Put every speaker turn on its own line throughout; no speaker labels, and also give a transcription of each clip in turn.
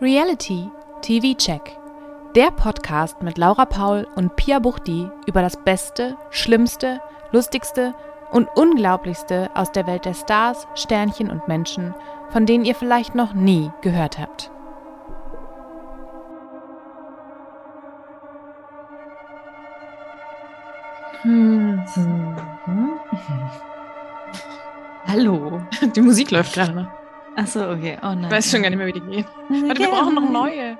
Reality TV Check. Der Podcast mit Laura Paul und Pia Buchti über das Beste, Schlimmste, Lustigste und Unglaublichste aus der Welt der Stars, Sternchen und Menschen, von denen ihr vielleicht noch nie gehört habt.
Mhm.
Hallo. Die Musik läuft gerade noch.
Achso, okay. Oh nein.
Ich weiß schon gar nicht mehr, wie die geht. Warte, wir brauchen noch neue.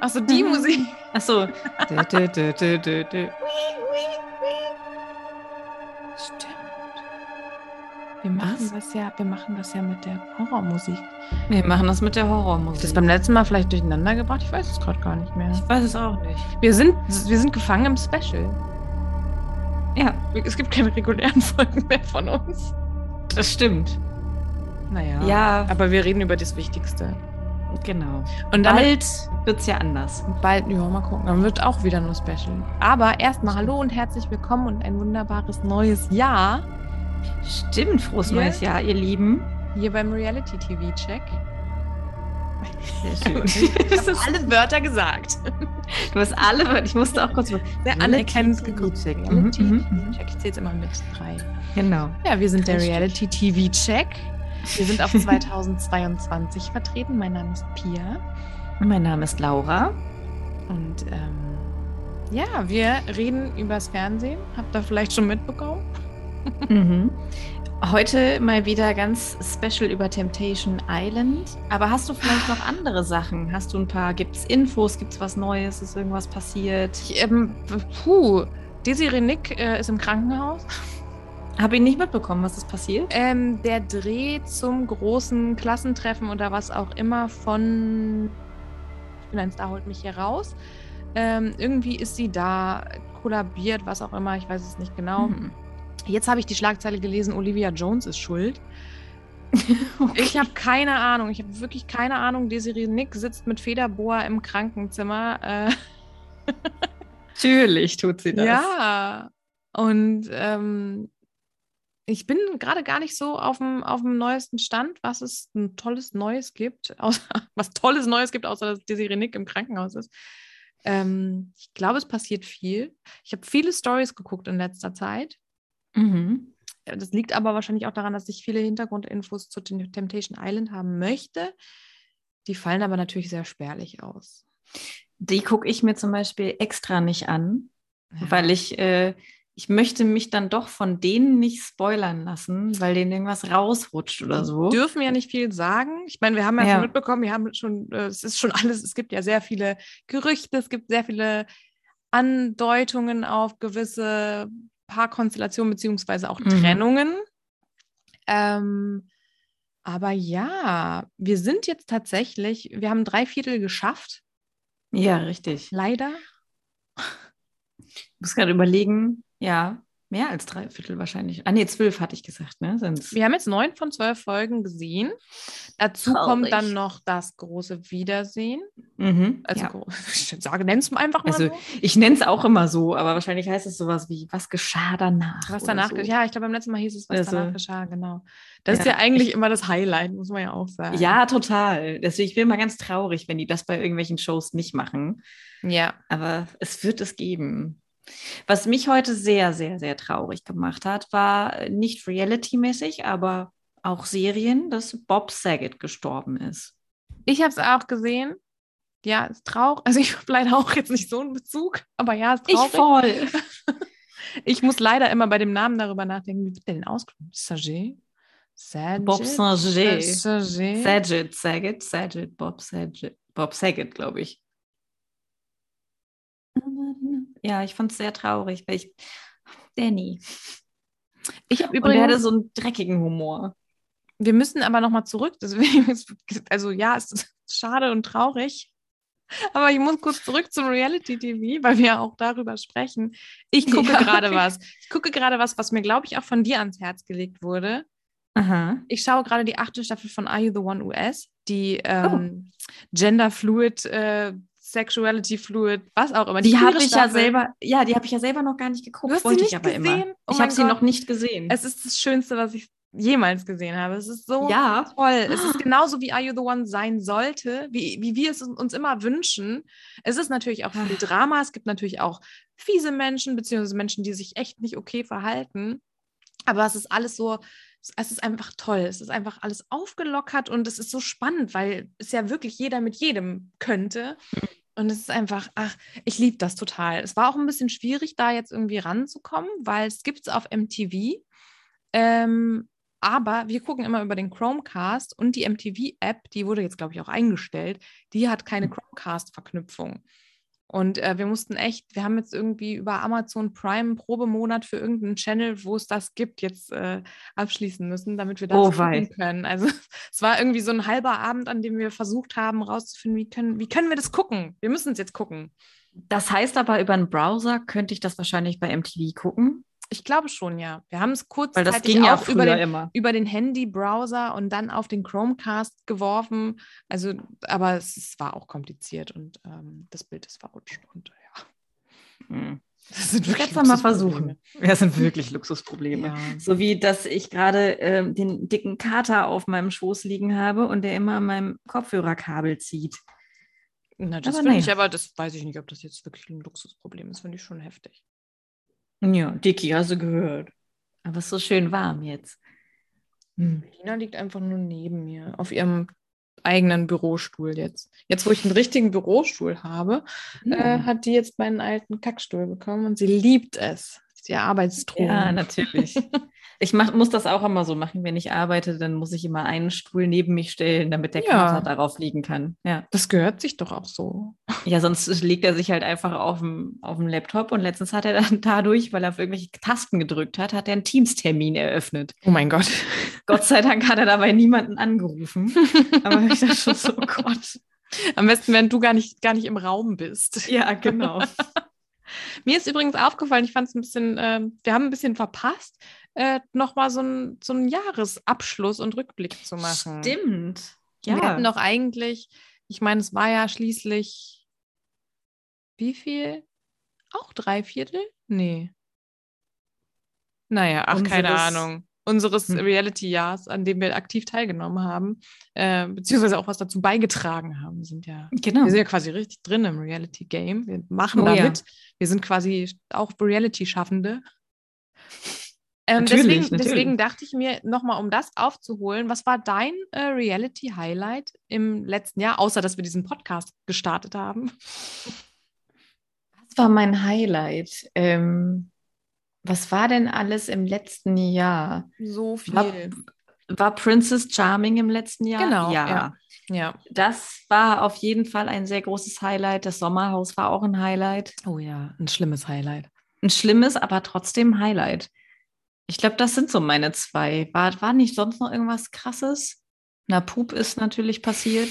Achso, die
Mhm.
Musik.
Achso.
Dö, dö, dö, dö, dö, dö.
Stimmt. Wir machen, das ja, wir machen das ja mit der Horrormusik.
Wir machen das mit der Horrormusik.
Hab ich das beim letzten Mal vielleicht durcheinander gebracht? Ich weiß es gerade gar nicht mehr.
ich weiß es auch nicht.
Wir sind, wir sind gefangen im Special.
Ja,
Es gibt keine regulären Folgen mehr von uns.
das stimmt.
Naja.
Ja,
Aber wir reden über das Wichtigste.
genau.
Und damit
Bald wird es ja anders.
bald, ja, mal gucken, dann wird auch wieder nur Special. Aber erstmal hallo und herzlich willkommen und ein wunderbares neues Jahr.
Stimmt, frohes
Hier?
neues Jahr, ihr Lieben.
Hier beim Reality TV Check.
Sehr schön.
Das ist alle Wörter gesagt.
du hast alle, ich musste auch kurz.
Ja, alle kennen es geguckt. Reality
Mhm,
TV Check. Ich zähle jetzt immer mit drei.
Genau.
Ja, wir sind der
Richtig.
Reality TV Check. Wir sind auf 2022 vertreten. Mein Name ist Pia
Mein Name ist Laura.
und ähm, ja, wir reden übers Fernsehen. Habt ihr vielleicht schon mitbekommen?
Mhm. Heute mal wieder ganz special über Temptation Island. Aber hast du vielleicht noch andere Sachen? Hast du ein paar, gibt's Infos, gibt's was Neues, ist irgendwas passiert?
Ich, ähm, puh, Desiree Nick äh, ist im Krankenhaus.
Habe ihn nicht mitbekommen, was ist passiert?
Ähm, der Dreh zum großen Klassentreffen oder was auch immer von Ich bin ein Star holt mich hier raus. Ähm, irgendwie ist sie da, kollabiert, was auch immer, ich weiß es nicht genau.
Mhm.
Jetzt habe ich die Schlagzeile gelesen, Olivia Jones ist schuld. Ich habe keine Ahnung, ich habe wirklich keine Ahnung. Desiree Nick sitzt mit Federboa im Krankenzimmer. Äh,
Natürlich tut sie das.
Ja, und ähm, ich bin gerade gar nicht so auf dem, auf dem neuesten Stand, was es ein tolles Neues gibt, außer, was tolles Neues gibt, außer dass Desiree Nick im Krankenhaus ist. Ähm, ich glaube, es passiert viel. Ich habe viele Stories geguckt in letzter Zeit.
Mhm.
Äh, Das liegt aber wahrscheinlich auch daran, dass ich viele Hintergrundinfos zu Tem- Temptation Island haben möchte. Die fallen aber natürlich sehr spärlich aus.
Die gucke ich mir zum Beispiel extra nicht an,
Ja.
weil ich, äh, ich möchte mich dann doch von denen nicht spoilern lassen, weil denen irgendwas rausrutscht oder so.
Die dürfen ja nicht viel sagen. Ich meine, wir haben ja,
Ja.
schon mitbekommen, wir haben schon, äh, es ist schon alles, es gibt ja sehr viele Gerüchte, es gibt sehr viele Andeutungen auf gewisse Paarkonstellationen beziehungsweise auch
Mhm.
Trennungen. Ähm, aber ja, wir sind jetzt tatsächlich, wir haben drei Viertel geschafft,
Ja, richtig. Ich
leider.
muss gerade überlegen, ja, mehr als drei Viertel wahrscheinlich. Ah, nee, zwölf hatte ich gesagt, ne? Sind's.
Wir haben jetzt neun von zwölf Folgen gesehen. Dazu kommt
Traurig.
dann noch das große Wiedersehen.
Mhm,
Also,
ja.
gro- ich sage, nenn's einfach mal
Also,
so.
Ich nenne es auch immer so, aber wahrscheinlich heißt es sowas wie, was geschah danach?
Was
oder
danach,
so.
ge- ja, ich glaube, beim letzten Mal hieß es, was
Also-
danach geschah, genau. Das ist
Ja,
ja eigentlich
ich-
immer das Highlight, muss man ja auch sagen.
Ja, total. Deswegen ich bin immer ganz traurig, wenn die das bei irgendwelchen Shows nicht machen.
Ja.
Aber es wird es geben. Was mich heute sehr, sehr, sehr traurig gemacht hat, war äh, nicht reality-mäßig, aber auch Serien, dass Bob Saget gestorben ist.
Ich habe es auch gesehen. Ja, ist traurig. Also ich habe leider auch jetzt nicht so einen Bezug, aber ja, ist traurig. Ich,
voll.
muss leider immer bei dem Namen darüber nachdenken, wie wird der denn ausgesprochen? Saget? Saget?
Bob Saget.
Saget?
Saget, Saget, Saget, Bob Saget. Bob Saget, glaube ich. Ja, ich fand es sehr traurig, weil ich. Danny.
Ich habe
Und er hatte
übrigens,
so einen dreckigen Humor.
wir müssen aber nochmal zurück. Deswegen ist, also ja, es ist schade und traurig. Aber ich muss kurz zurück zum Reality TV, weil wir ja auch darüber sprechen. Ich gucke
Ja.
gerade was. Ich gucke gerade was, was mir, glaube ich, auch von dir ans Herz gelegt wurde.
Aha.
Ich schaue gerade die achte Staffel von Are You the One US, die ähm,
Oh.
Gender Fluid, äh, Sexuality Fluid, was auch immer.
Die
vierte
habe ich ja
Staffel.
selber, ja, die habe ich ja selber noch gar nicht geguckt,
Du hast sie
wollte
nicht
ich aber
gesehen?
immer.
Oh
ich
mein
habe sie
Gott.
noch nicht gesehen.
Es ist das Schönste, was ich jemals gesehen habe. Es ist so
Ja.
toll. Es ist genauso, wie Are You the One sein sollte, wie, wie wir es uns immer wünschen. Es ist natürlich auch viel Drama. Es gibt natürlich auch fiese Menschen, beziehungsweise Menschen, die sich echt nicht okay verhalten. Aber es ist alles so, es ist einfach toll. Es ist einfach alles aufgelockert und es ist so spannend, weil es ja wirklich jeder mit jedem könnte. Und es ist einfach, ach, ich liebe das total. Es war auch ein bisschen schwierig, da jetzt irgendwie ranzukommen, weil es gibt es auf MTV. Ähm, aber wir gucken immer über den Chromecast und die MTV-App, die wurde jetzt, glaube ich, auch eingestellt, die hat keine Chromecast-Verknüpfung. Und äh, wir mussten echt, wir haben jetzt irgendwie über Amazon Prime einen Probemonat für irgendeinen Channel, wo es das gibt, jetzt äh, abschließen müssen, damit wir das
Oh, wei.
gucken können. Also es war irgendwie so ein halber Abend, an dem wir versucht haben, rauszufinden, wie können, wie können wir das gucken? Wir müssen es jetzt gucken.
Das heißt aber, über einen Browser könnte ich das wahrscheinlich bei MTV gucken,
Ich glaube schon, ja. Wir haben es kurz
weil das ging ja
über den
immer.
über den Handy-Browser und dann auf den Chromecast geworfen. Also, aber es, es war auch kompliziert und ähm, das Bild ist verrutscht. Und ja,
Hm.
das sind
Ich
wirklich
werde es mal
Luxusprobleme.
versuchen. Das sind wirklich Luxusprobleme.
Ja.
So wie, dass ich gerade ähm, den dicken Kater auf meinem Schoß liegen habe und der immer an meinem Kopfhörerkabel zieht.
Na, das
Aber
finde
naja.
ich, aber das weiß ich nicht, ob das jetzt wirklich ein Luxusproblem ist. Finde ich schon heftig.
Ja, Dicky, hast du gehört. Aber es ist so schön warm jetzt. Hm.
Lina liegt einfach nur neben mir auf ihrem eigenen Bürostuhl jetzt. Jetzt, wo ich einen richtigen Bürostuhl habe, äh, hat die jetzt meinen alten Kackstuhl bekommen und sie liebt es. Das ist ihr Arbeitsstuhl.
Ja, natürlich. Ich mach, muss das auch immer so machen, wenn ich arbeite, dann muss ich immer einen Stuhl neben mich stellen, damit der
Ja.
Kater darauf liegen kann. Ja.
das gehört sich doch auch so.
ja, sonst legt er sich halt einfach auf dem, auf dem Laptop und letztens hat er dann dadurch, weil er auf irgendwelche Tasten gedrückt hat, hat er einen Teams-Termin eröffnet.
Oh mein Gott.
Gott sei Dank hat er dabei niemanden angerufen. Aber ich dachte schon so, oh Gott.
Am besten, wenn du gar nicht, gar nicht im Raum bist.
Ja, genau.
Mir ist übrigens aufgefallen, ich fand es ein bisschen, ähm, wir haben ein bisschen verpasst, äh, nochmal so, ein, so einen Jahresabschluss und Rückblick zu machen.
Stimmt.
Wir
Ja.
hatten doch eigentlich, ich meine, es war ja schließlich wie viel? Auch drei Viertel? Nee. Naja, ach, keine
Unseres-
Ahnung. Unseres
Hm.
Reality-Jahrs, an dem wir aktiv teilgenommen haben, äh, beziehungsweise auch was dazu beigetragen haben, sind ja
genau.
Wir sind ja quasi richtig drin im Reality-Game. Wir machen
Oh ja.
damit. Wir sind quasi auch Reality-Schaffende. Ähm,
Natürlich,
deswegen,
natürlich.
deswegen dachte ich mir nochmal, um das aufzuholen, was war dein äh, Reality-Highlight im letzten Jahr, außer dass wir diesen Podcast gestartet haben?
Was war mein Highlight? Ähm, was war denn alles im letzten Jahr?
So
War, war Princess Charming im letzten Jahr?
Genau,
Ja.
ja. Ja.
Das war auf jeden Fall ein sehr großes Highlight. Das Sommerhaus war auch ein Highlight.
Oh ja, ein schlimmes Highlight.
Ein schlimmes, aber trotzdem Highlight. Ich glaube, das sind so meine zwei. War, war nicht sonst noch irgendwas Krasses? Na, Pup ist natürlich passiert.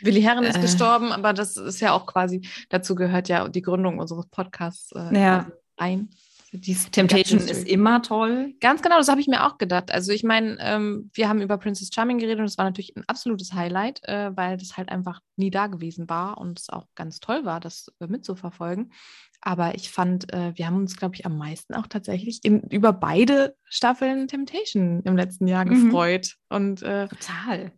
Willi Herren ist
Äh.
gestorben, aber das ist ja auch quasi, dazu gehört ja die Gründung unseres Podcasts äh,
Ja.
quasi ein. Die ist- die
Temptation
ganze
ist
Story.
immer toll.
Ganz genau, das habe ich mir auch gedacht. Also ich meine, ähm, wir haben über Princess Charming geredet und es war natürlich ein absolutes Highlight, äh, weil das halt einfach nie da gewesen war und es auch ganz toll war, das äh, mitzuverfolgen. Aber ich fand, äh, wir haben uns, glaube ich, am meisten auch tatsächlich in, über beide Staffeln Temptation im letzten Jahr
Mhm.
gefreut. Und äh,
Total.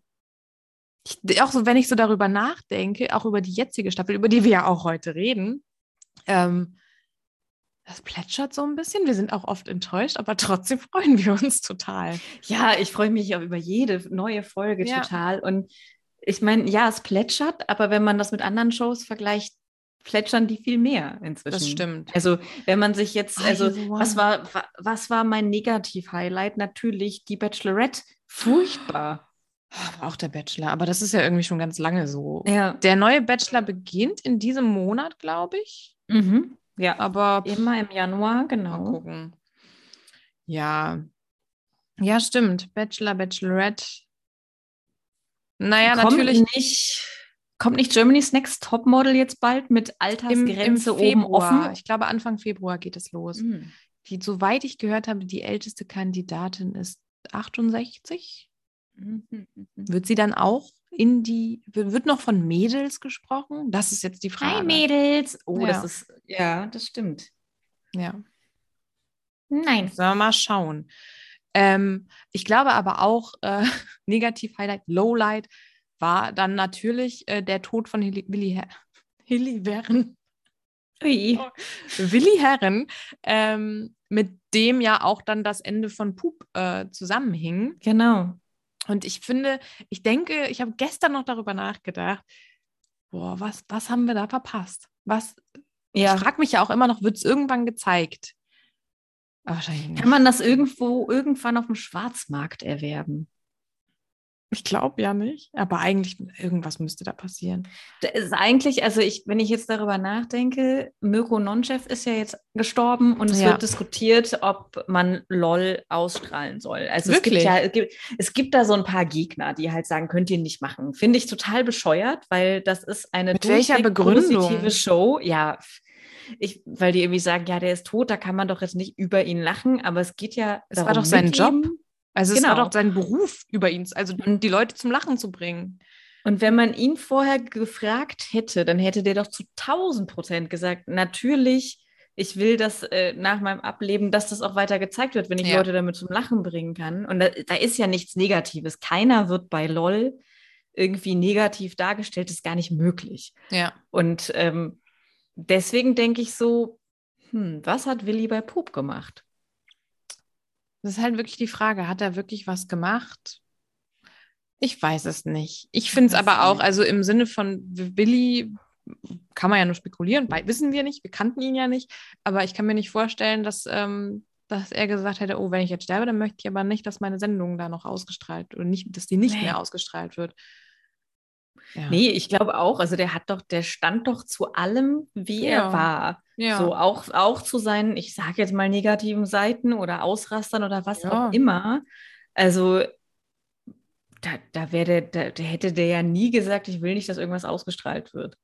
ich, auch so, wenn ich so darüber nachdenke, auch über die jetzige Staffel, über die wir ja auch heute reden, ähm, das plätschert so ein bisschen. Wir sind auch oft enttäuscht, aber trotzdem freuen wir uns total.
Ja, ich freue mich auch über jede neue Folge
Ja.
total. Und ich meine, ja, es plätschert, aber wenn man das mit anderen Shows vergleicht, plätschern die viel mehr inzwischen.
Das stimmt. Oh,
Also, wenn man sich jetzt,
Are
also,
you the
was
one?
war, wa- was war mein Negativ-Highlight? Natürlich die Bachelorette. Furchtbar.
Aber Ah, auch der Bachelor, aber das ist ja irgendwie schon ganz lange so.
Ja.
Der neue Bachelor beginnt in diesem Monat, glaube ich.
Mhm. Ja.
Aber pff,
Immer im Januar,
mal
genau.
gucken. Ja. Ja, stimmt. Bachelor, Bachelorette. Naja,
kommt
natürlich
Nicht, kommt nicht Germany's Next Topmodel jetzt bald mit
im, im
Altersgrenze oben
Februar.
offen?
Ich glaube, Anfang Februar geht es los.
Mhm.
Die, soweit ich gehört habe, die älteste Kandidatin ist 68.
Mhm.
Wird sie dann auch in die, wird noch von Mädels gesprochen? Das ist jetzt die Frage.
Hi Mädels. Oh,
Ja.
das ist, ja, das stimmt.
Ja.
Nein.
Sollen wir mal schauen. Ähm, ich glaube aber auch, äh, Negativ-Highlight, Lowlight war dann natürlich äh, der Tod von Hilly, Willi, Her Hilly Herren.
Ui.
Oh. Willi Herren, ähm, mit dem ja auch dann das Ende von Pup äh, zusammenhing.
Genau.
Und ich finde, ich denke, ich habe gestern noch darüber nachgedacht, boah, was, was haben wir da verpasst? Was,
Ja.
ich frage mich ja auch immer noch, wird es irgendwann gezeigt? Aber Wahrscheinlich nicht.
Kann man das irgendwo irgendwann auf dem Schwarzmarkt erwerben?
Ich glaube ja nicht. Aber eigentlich, irgendwas müsste da passieren.
Das ist eigentlich, also ich, wenn ich jetzt darüber nachdenke, Mirko Nonchev ist ja jetzt gestorben und es
Ja.
wird diskutiert, ob man LOL ausstrahlen soll. Also es gibt
Wirklich?
ja, es gibt, es gibt da so ein paar Gegner, die halt sagen, könnt ihr nicht machen. Finde ich total bescheuert, weil das ist eine
Mit welcher
durchweg
Begründung?
positive Show. Ja, ich, weil die irgendwie sagen, ja, der ist tot, da kann man doch jetzt nicht über ihn lachen, aber es geht ja.
Es war doch sein
mit
Job.
ihm-
Also es
Genau.
war doch sein Beruf über ihn, also die Leute zum Lachen zu bringen.
Und wenn man ihn vorher gefragt hätte, dann hätte der doch zu 1000 Prozent gesagt, natürlich, ich will das äh, nach meinem Ableben, dass das auch weiter gezeigt wird, wenn ich
Ja.
Leute damit zum Lachen bringen kann. Und da, da ist ja nichts Negatives. Keiner wird bei LOL irgendwie negativ dargestellt, Das ist gar nicht möglich.
Ja.
Und ähm, deswegen denke ich so, hm, was hat Willi bei Pup gemacht?
Das ist halt wirklich die Frage, hat er wirklich was gemacht? Ich weiß es nicht. Ich finde es
weiß
aber auch,
nicht.
also im Sinne von Willi kann man ja nur spekulieren, weil wissen wir nicht, wir kannten ihn ja nicht, aber ich kann mir nicht vorstellen, dass, ähm, dass er gesagt hätte, oh, wenn ich jetzt sterbe, dann möchte ich aber nicht, dass meine Sendung da noch ausgestrahlt und nicht, dass die nicht
Nee.
mehr ausgestrahlt wird. Ja.
Nee, ich glaube auch, also der hat doch, der stand doch zu allem, wie
Ja.
er war.
ja.
So auch, auch zu seinen, ich sage jetzt mal negativen Seiten oder Ausrastern oder was
Ja.
auch immer. Also da, da wäre der, da, der hätte der ja nie gesagt, ich will nicht, dass irgendwas ausgestrahlt wird.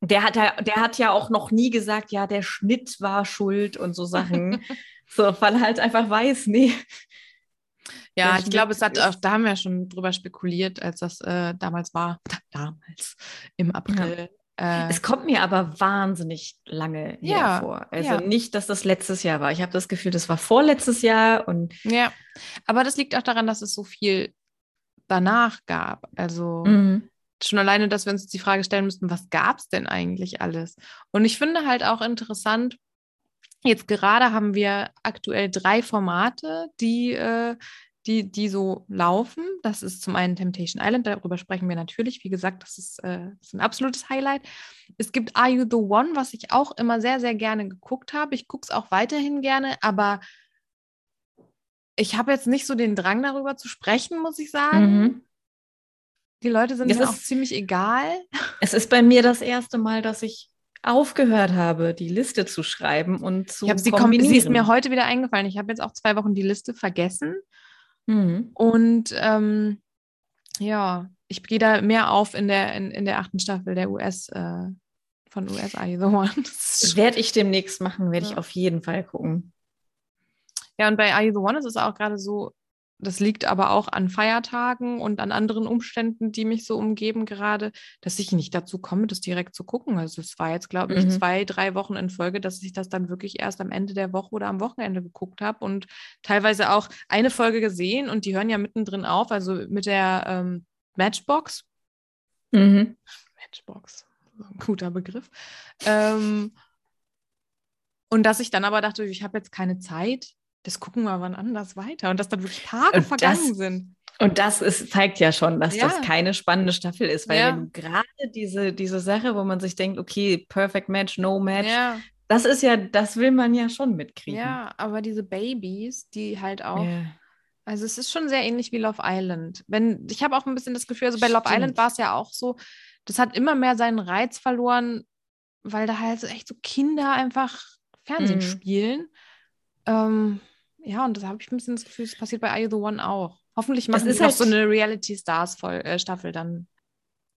Der hat, ja- der hat ja auch noch nie gesagt, ja, der Schnitt war schuld und so Sachen. so, weil er halt einfach weiß, nee.
Ja,
Der
ich glaube, es
Schnitt
hat auch,
ist-
da haben wir schon drüber spekuliert, als das äh, damals war. Damals, im April. Ja. Äh,
Es kommt mir aber wahnsinnig lange her
Ja,
vor. Also
ja.
nicht, dass das letztes Jahr war. Ich habe das Gefühl, das war vorletztes Jahr und
Äh, ja. Aber das liegt auch daran, dass es so viel danach gab. Also schon alleine, dass wir uns die Frage stellen müssten, was gab es denn eigentlich alles? Und ich finde halt auch interessant, jetzt gerade haben wir aktuell drei Formate, die, äh, die, die so laufen. Das ist zum einen Temptation Island, darüber sprechen wir natürlich. Wie gesagt, das ist, äh, das ist ein absolutes Highlight. Es gibt Are You the One, was ich auch immer sehr, sehr gerne geguckt habe. Ich gucke es auch weiterhin gerne, aber ich habe jetzt nicht so den Drang, darüber zu sprechen, muss ich sagen.
Mhm.
Die Leute sind
Das
mir auch
ist-
ziemlich egal.
Es ist bei mir das erste Mal, dass ich aufgehört habe, die Liste zu schreiben und zu
Ich habe sie, kombi-
kombinieren.
sie ist mir heute wieder eingefallen. Ich habe jetzt auch zwei Wochen die Liste vergessen
mhm.
und ähm, ja, ich gehe da mehr auf in der in, in der achten Staffel der US äh, von US Are You the One. Das ist
Werde ich demnächst machen, werde
Ja.
ich auf jeden Fall gucken.
Ja, und bei Are You the One ist es auch gerade so, das liegt aber auch an Feiertagen und an anderen Umständen, die mich so umgeben gerade, dass ich nicht dazu komme, das direkt zu gucken. Also es war jetzt, glaube ich,
Mhm.
zwei, drei Wochen in Folge, dass ich das dann wirklich erst am Ende der Woche oder am Wochenende geguckt habe und teilweise auch eine Folge gesehen und die hören ja mittendrin auf, also mit der ähm, Matchbox.
Mhm.
Matchbox, ein guter Begriff. ähm, und dass ich dann aber dachte, ich habe jetzt keine Zeit, das gucken wir wann anders weiter. Und dass dann wirklich Tage
Und Äh, das-
vergangen sind.
Und das ist, zeigt ja schon, dass
Ja.
das keine spannende Staffel ist, weil
Ja.
wenn du gerade diese, diese Sache, wo man sich denkt, okay, perfect match, no match,
Ja,
das ist ja, das will man ja schon mitkriegen.
ja, aber diese Babys, die halt auch.
Ja.
Also es ist schon sehr ähnlich wie Love Island. Wenn, ich habe auch ein bisschen das Gefühl, also bei Love
Stimmt.
Island war es ja auch so, das hat immer mehr seinen Reiz verloren, weil da halt so echt so Kinder einfach Fernsehen
Mhm.
spielen. Ähm, ja, und das habe ich ein bisschen das Gefühl, das passiert bei Are You the One auch. Hoffentlich machen
ist
die noch
halt-
so eine Reality Stars Voll, äh, Staffel dann.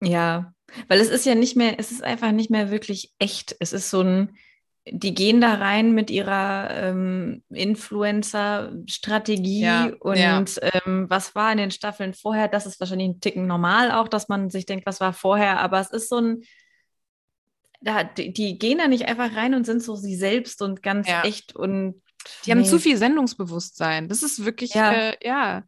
Ja, weil es ist ja nicht mehr, es ist einfach nicht mehr wirklich echt. Es ist so ein, die gehen da rein mit ihrer ähm, Influencer-Strategie
Ja,
und
ja.
ähm, was war in den Staffeln vorher? Das ist wahrscheinlich ein Ticken normal auch, dass man sich denkt, was war vorher, aber es ist so ein, da, die, die gehen da nicht einfach rein und sind so sie selbst und ganz
Ja.
echt und
Die haben
Nee.
zu viel Sendungsbewusstsein. Das ist wirklich,
Ja.
ja. Äh, ja.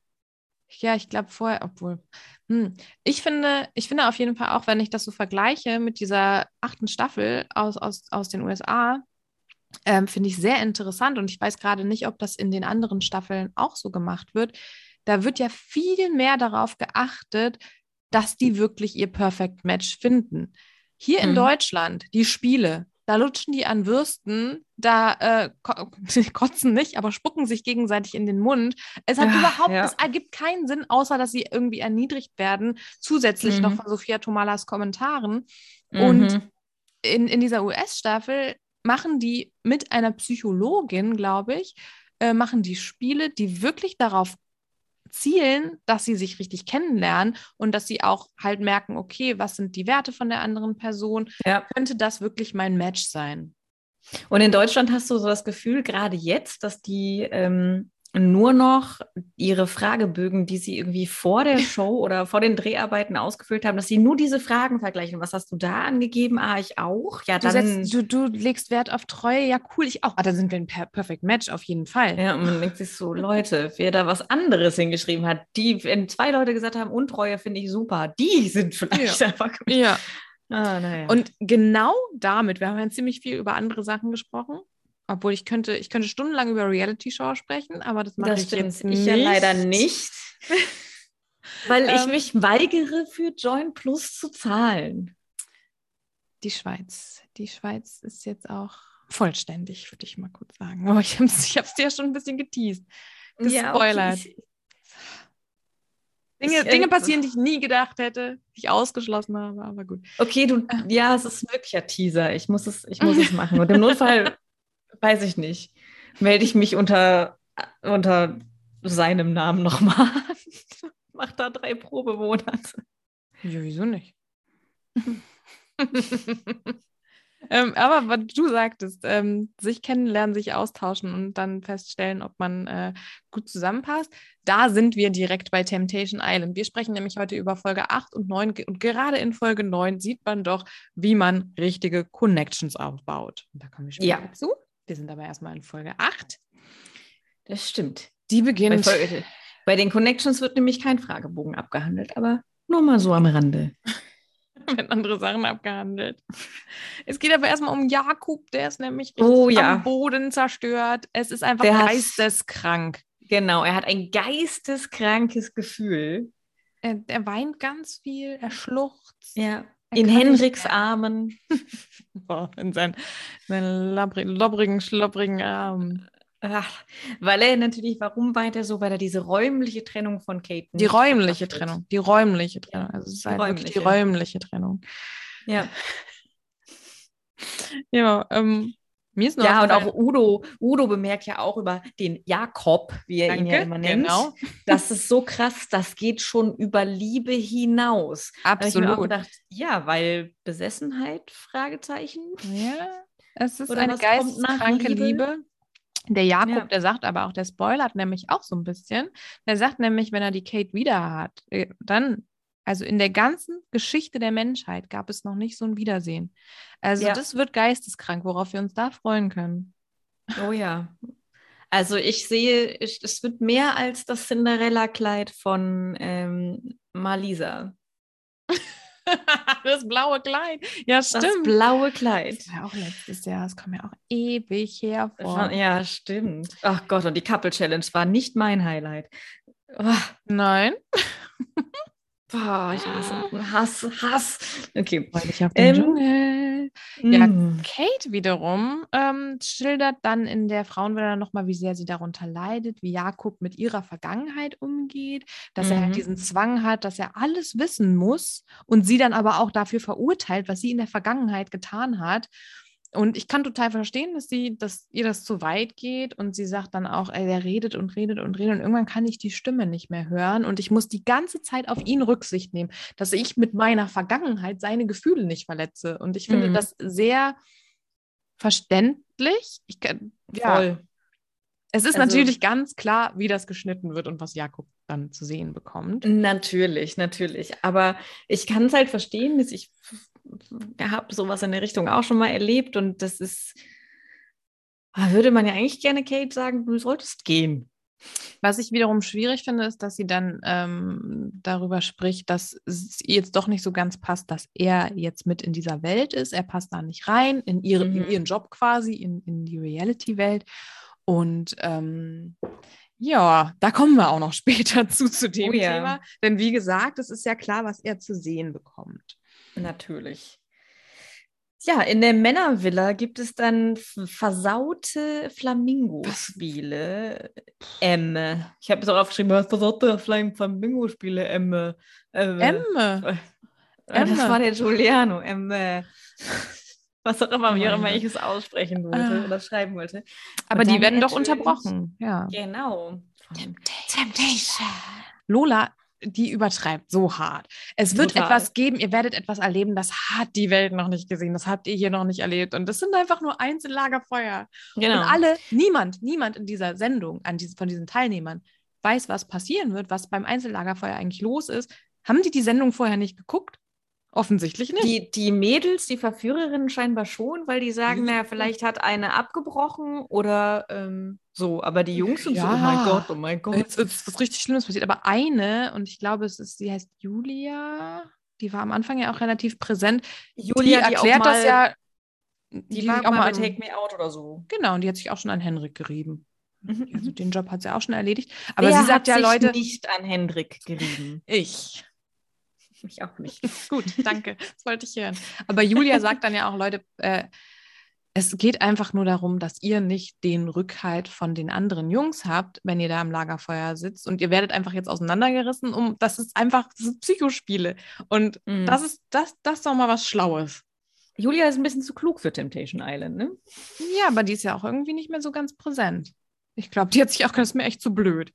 Ja, ich glaube vorher, obwohl. Hm. Ich finde, ich finde auf jeden Fall auch, wenn ich das so vergleiche mit dieser achten Staffel aus, aus, aus den USA, ähm, finde ich sehr interessant. Und ich weiß gerade nicht, ob das in den anderen Staffeln auch so gemacht wird. Da wird ja viel mehr darauf geachtet, dass die wirklich ihr Perfect Match finden. Hier in
Mhm.
Deutschland, die Spiele, da lutschen die an Würsten, da äh, ko kotzen nicht, aber spucken sich gegenseitig in den Mund. Es hat
Ah,
überhaupt,
ja.
es ergibt keinen Sinn, außer dass sie irgendwie erniedrigt werden, zusätzlich
Mhm.
noch von Sophia Tomalas Kommentaren
Und
Und- in, in dieser US-Staffel machen die mit einer Psychologin, glaube ich, äh, machen die Spiele, die wirklich darauf zielen, dass sie sich richtig kennenlernen und dass sie auch halt merken, okay, was sind die Werte von der anderen Person?
ja.
Könnte das wirklich mein Match sein?
Und in Deutschland hast du so das Gefühl, gerade jetzt, dass die ähm, nur noch ihre Fragebögen, die sie irgendwie vor der Show oder vor den Dreharbeiten ausgefüllt haben, dass sie nur diese Fragen vergleichen. Was hast du da angegeben? Ah, ich auch. Ja,
Du,
dann.
setzt, du, du legst Wert auf Treue, ja cool, ich auch. Ah, da sind wir ein per Perfect Match auf jeden Fall.
ja, und man denkt sich so, Leute, wer da was anderes hingeschrieben hat, die, wenn zwei Leute gesagt haben, Untreue finde ich super, die sind vielleicht einfach gut.
ja.
Ah, naja.
Und genau damit, wir haben ja ziemlich viel über andere Sachen gesprochen, obwohl ich könnte, ich könnte stundenlang über Reality-Show sprechen, aber das mache
das
ich
stimmt.
jetzt
Ich ja leider nicht. Weil ich
Ähm.
mich weigere, für Join Plus zu zahlen.
Die Schweiz. Die Schweiz ist jetzt auch vollständig, würde ich mal kurz sagen. Aber ich habe es ich hab's dir ja schon ein bisschen geteased. Gespoilert.
Ja, okay.
Dinge,
Ich, äh,
Dinge passieren, die ich nie gedacht hätte, die ich ausgeschlossen habe, aber gut.
ich, okay, du,
Ah.
ja, es ist wirklich ein Teaser. Ich muss es, ich muss es machen. Und im Notfall, weiß ich nicht, melde ich mich unter, unter seinem Namen nochmal. Mach da drei Probemonate.
Ja, wieso nicht? ähm, aber was du sagtest, ähm, sich kennenlernen, sich austauschen und dann feststellen, ob man äh, gut zusammenpasst, da sind wir direkt bei Temptation Island. Wir sprechen nämlich heute über Folge 8 und 9 ge- und gerade in Folge 9 sieht man doch, wie man richtige Connections aufbaut. Und da kommen wir später
Ja.
dazu. Wir sind aber erstmal in Folge 8.
Das stimmt.
Die
Bei,
beginnt
Folge- bei den Connections wird nämlich kein Fragebogen abgehandelt, aber nur mal so am Rande.
werden andere Sachen abgehandelt. Es geht aber erstmal um Jakub, der ist nämlich richtig
Oh, ja.
am Boden zerstört. Es ist einfach
Der hat-
geisteskrank.
Genau, er hat ein geisteskrankes Gefühl.
Er, er weint ganz viel, er schluchzt.
Ja.
Er
In
kann nicht
Henriks
mehr.
Armen.
Boah, in seinen, seinen labri- lobbrigen, schlobbrigen Armen.
Ach, weil er natürlich, warum weint er so? Weil er diese räumliche Trennung von Kate
Die
nicht
räumliche
verkraftet.
Trennung, die räumliche Trennung. Also es ist
die
halt wirklich die
räumliche.
räumliche Trennung.
Ja,
Ja, ähm, mir ist noch
ja und
aufgefallen-
auch Udo, Udo bemerkt ja auch über den Jakob, wie er ihn ja
Danke,
immer nennt.
genau,
Das ist so krass, das geht schon über Liebe hinaus. Da habe ich mir auch
absolut.
gedacht, ja, weil Besessenheit, Fragezeichen.
Ja, es ist
Oder
eine
was kommt nach
geisteskranke
Liebe?
Liebe. Der Jakob,
Ja.
der sagt aber auch, der spoilert nämlich auch so ein bisschen. Der sagt nämlich, wenn er die Kate wieder hat, äh, dann, also in der ganzen Geschichte der Menschheit gab es noch nicht so ein Wiedersehen. Also
Ja.
das wird geisteskrank, worauf wir uns da freuen können.
Oh ja. Also ich sehe, ich, es wird mehr als das Cinderella-Kleid von ähm, Malisa.
das blaue Kleid. Ja,
Das
stimmt.
blaue Kleid.
Das war auch letztes Jahr, das kommt mir auch ewig hervor.
Schon- Ja, stimmt. Ach Gott, und die Couple Challenge war nicht mein Highlight. Oh,
Nein.
boah, ich hasse, Hass, Hass. Okay.
Freue dich auf den
Ähm,
Dschungel. Ja.
Mm.
Kate wiederum ähm, schildert dann in der Frauenwelle nochmal, wie sehr sie darunter leidet, wie Jakob mit ihrer Vergangenheit umgeht, dass er
Mhm.
halt diesen Zwang hat, dass er alles wissen muss und sie dann aber auch dafür verurteilt, was sie in der Vergangenheit getan hat. Und ich kann total verstehen, dass sie, dass ihr das zu weit geht und sie sagt dann auch, ey, er redet und redet und redet und irgendwann kann ich die Stimme nicht mehr hören und ich muss die ganze Zeit auf ihn Rücksicht nehmen, dass ich mit meiner Vergangenheit seine Gefühle nicht verletze. Und ich finde
Mhm.
das sehr verständlich. Ich kann, ja,
Voll.
es ist
Also-
natürlich ganz klar, wie das geschnitten wird und was Jakob dann zu sehen bekommt.
Natürlich, natürlich. Aber ich kann es halt verstehen, dass ich habe sowas in der Richtung auch schon mal erlebt und das ist, Ah, Würde man ja eigentlich gerne Kate sagen, du solltest gehen.
Was ich wiederum schwierig finde, ist, dass sie dann ähm, darüber spricht, dass es ihr jetzt doch nicht so ganz passt, dass er jetzt mit in dieser Welt ist. Er passt da nicht rein, in, ihre,
Mhm.
in ihren Job quasi, in, in die Reality-Welt. Und ähm, ja, da kommen wir auch noch später zu, zu dem
Oh ja.
Thema. Denn wie gesagt, es ist ja klar, was er zu sehen bekommt.
Natürlich. Ja, in der Männervilla gibt es dann f- versaute Flamingo-Spiele. Emme. Ich habe es auch aufgeschrieben, was versaute Flam- Flamingo-Spiele, Emme. Emme.
Äh, Emme,
Das
Emme.
war der Giuliano, Emme. Was auch immer, wie auch immer ich es aussprechen wollte
Oh Ah.
oder schreiben wollte.
aber
Und
die
dann
werden doch
natürlich-
unterbrochen. Ja.
Genau.
Temptation. Lola, die übertreibt so hart. Es wird
Total.
etwas geben, ihr werdet etwas erleben, das hat die Welt noch nicht gesehen, das habt ihr hier noch nicht erlebt. Und das sind einfach nur Einzellagerfeuer.
Genau.
Und alle, niemand, niemand in dieser Sendung, an diesen, von diesen Teilnehmern, weiß, was passieren wird, was beim Einzellagerfeuer eigentlich los ist. Haben die die Sendung vorher nicht geguckt? Offensichtlich nicht.
Die, die Mädels, die Verführerinnen scheinbar schon, weil die sagen,
Mhm.
naja, vielleicht hat eine abgebrochen oder ähm, so. Aber die Jungs sind so, oh
Ja. Also,
mein Gott, oh mein Gott.
Jetzt ist was richtig Schlimmes passiert. Aber eine, und ich glaube, es ist, sie heißt Julia, die war am Anfang ja auch relativ präsent. die erklärt das ja.
die,
war
war auch mal bei
im-
Take Me Out oder so.
Genau, und die hat sich auch schon an Henrik gerieben. Also
Mhm.
den Job hat sie auch schon erledigt. Aber
Wer
sie sagt
hat
ja,
sich
Leute,
nicht an Hendrik gerieben.
ich.
ich auch nicht.
Gut, danke. Das wollte ich hören. Aber Julia sagt dann ja auch, Leute, äh, es geht einfach nur darum, dass ihr nicht den Rückhalt von den anderen Jungs habt, wenn ihr da am Lagerfeuer sitzt. Und ihr werdet einfach jetzt auseinandergerissen, um das ist einfach das sind Psychospiele. Und
Mhm.
das ist das, das ist doch mal was Schlaues.
Hm. Julia ist ein bisschen zu klug für Temptation Island, ne?
Ja, aber die ist ja auch irgendwie nicht mehr so ganz präsent. Ich glaube, die hat sich auch, das ist mir echt zu blöd.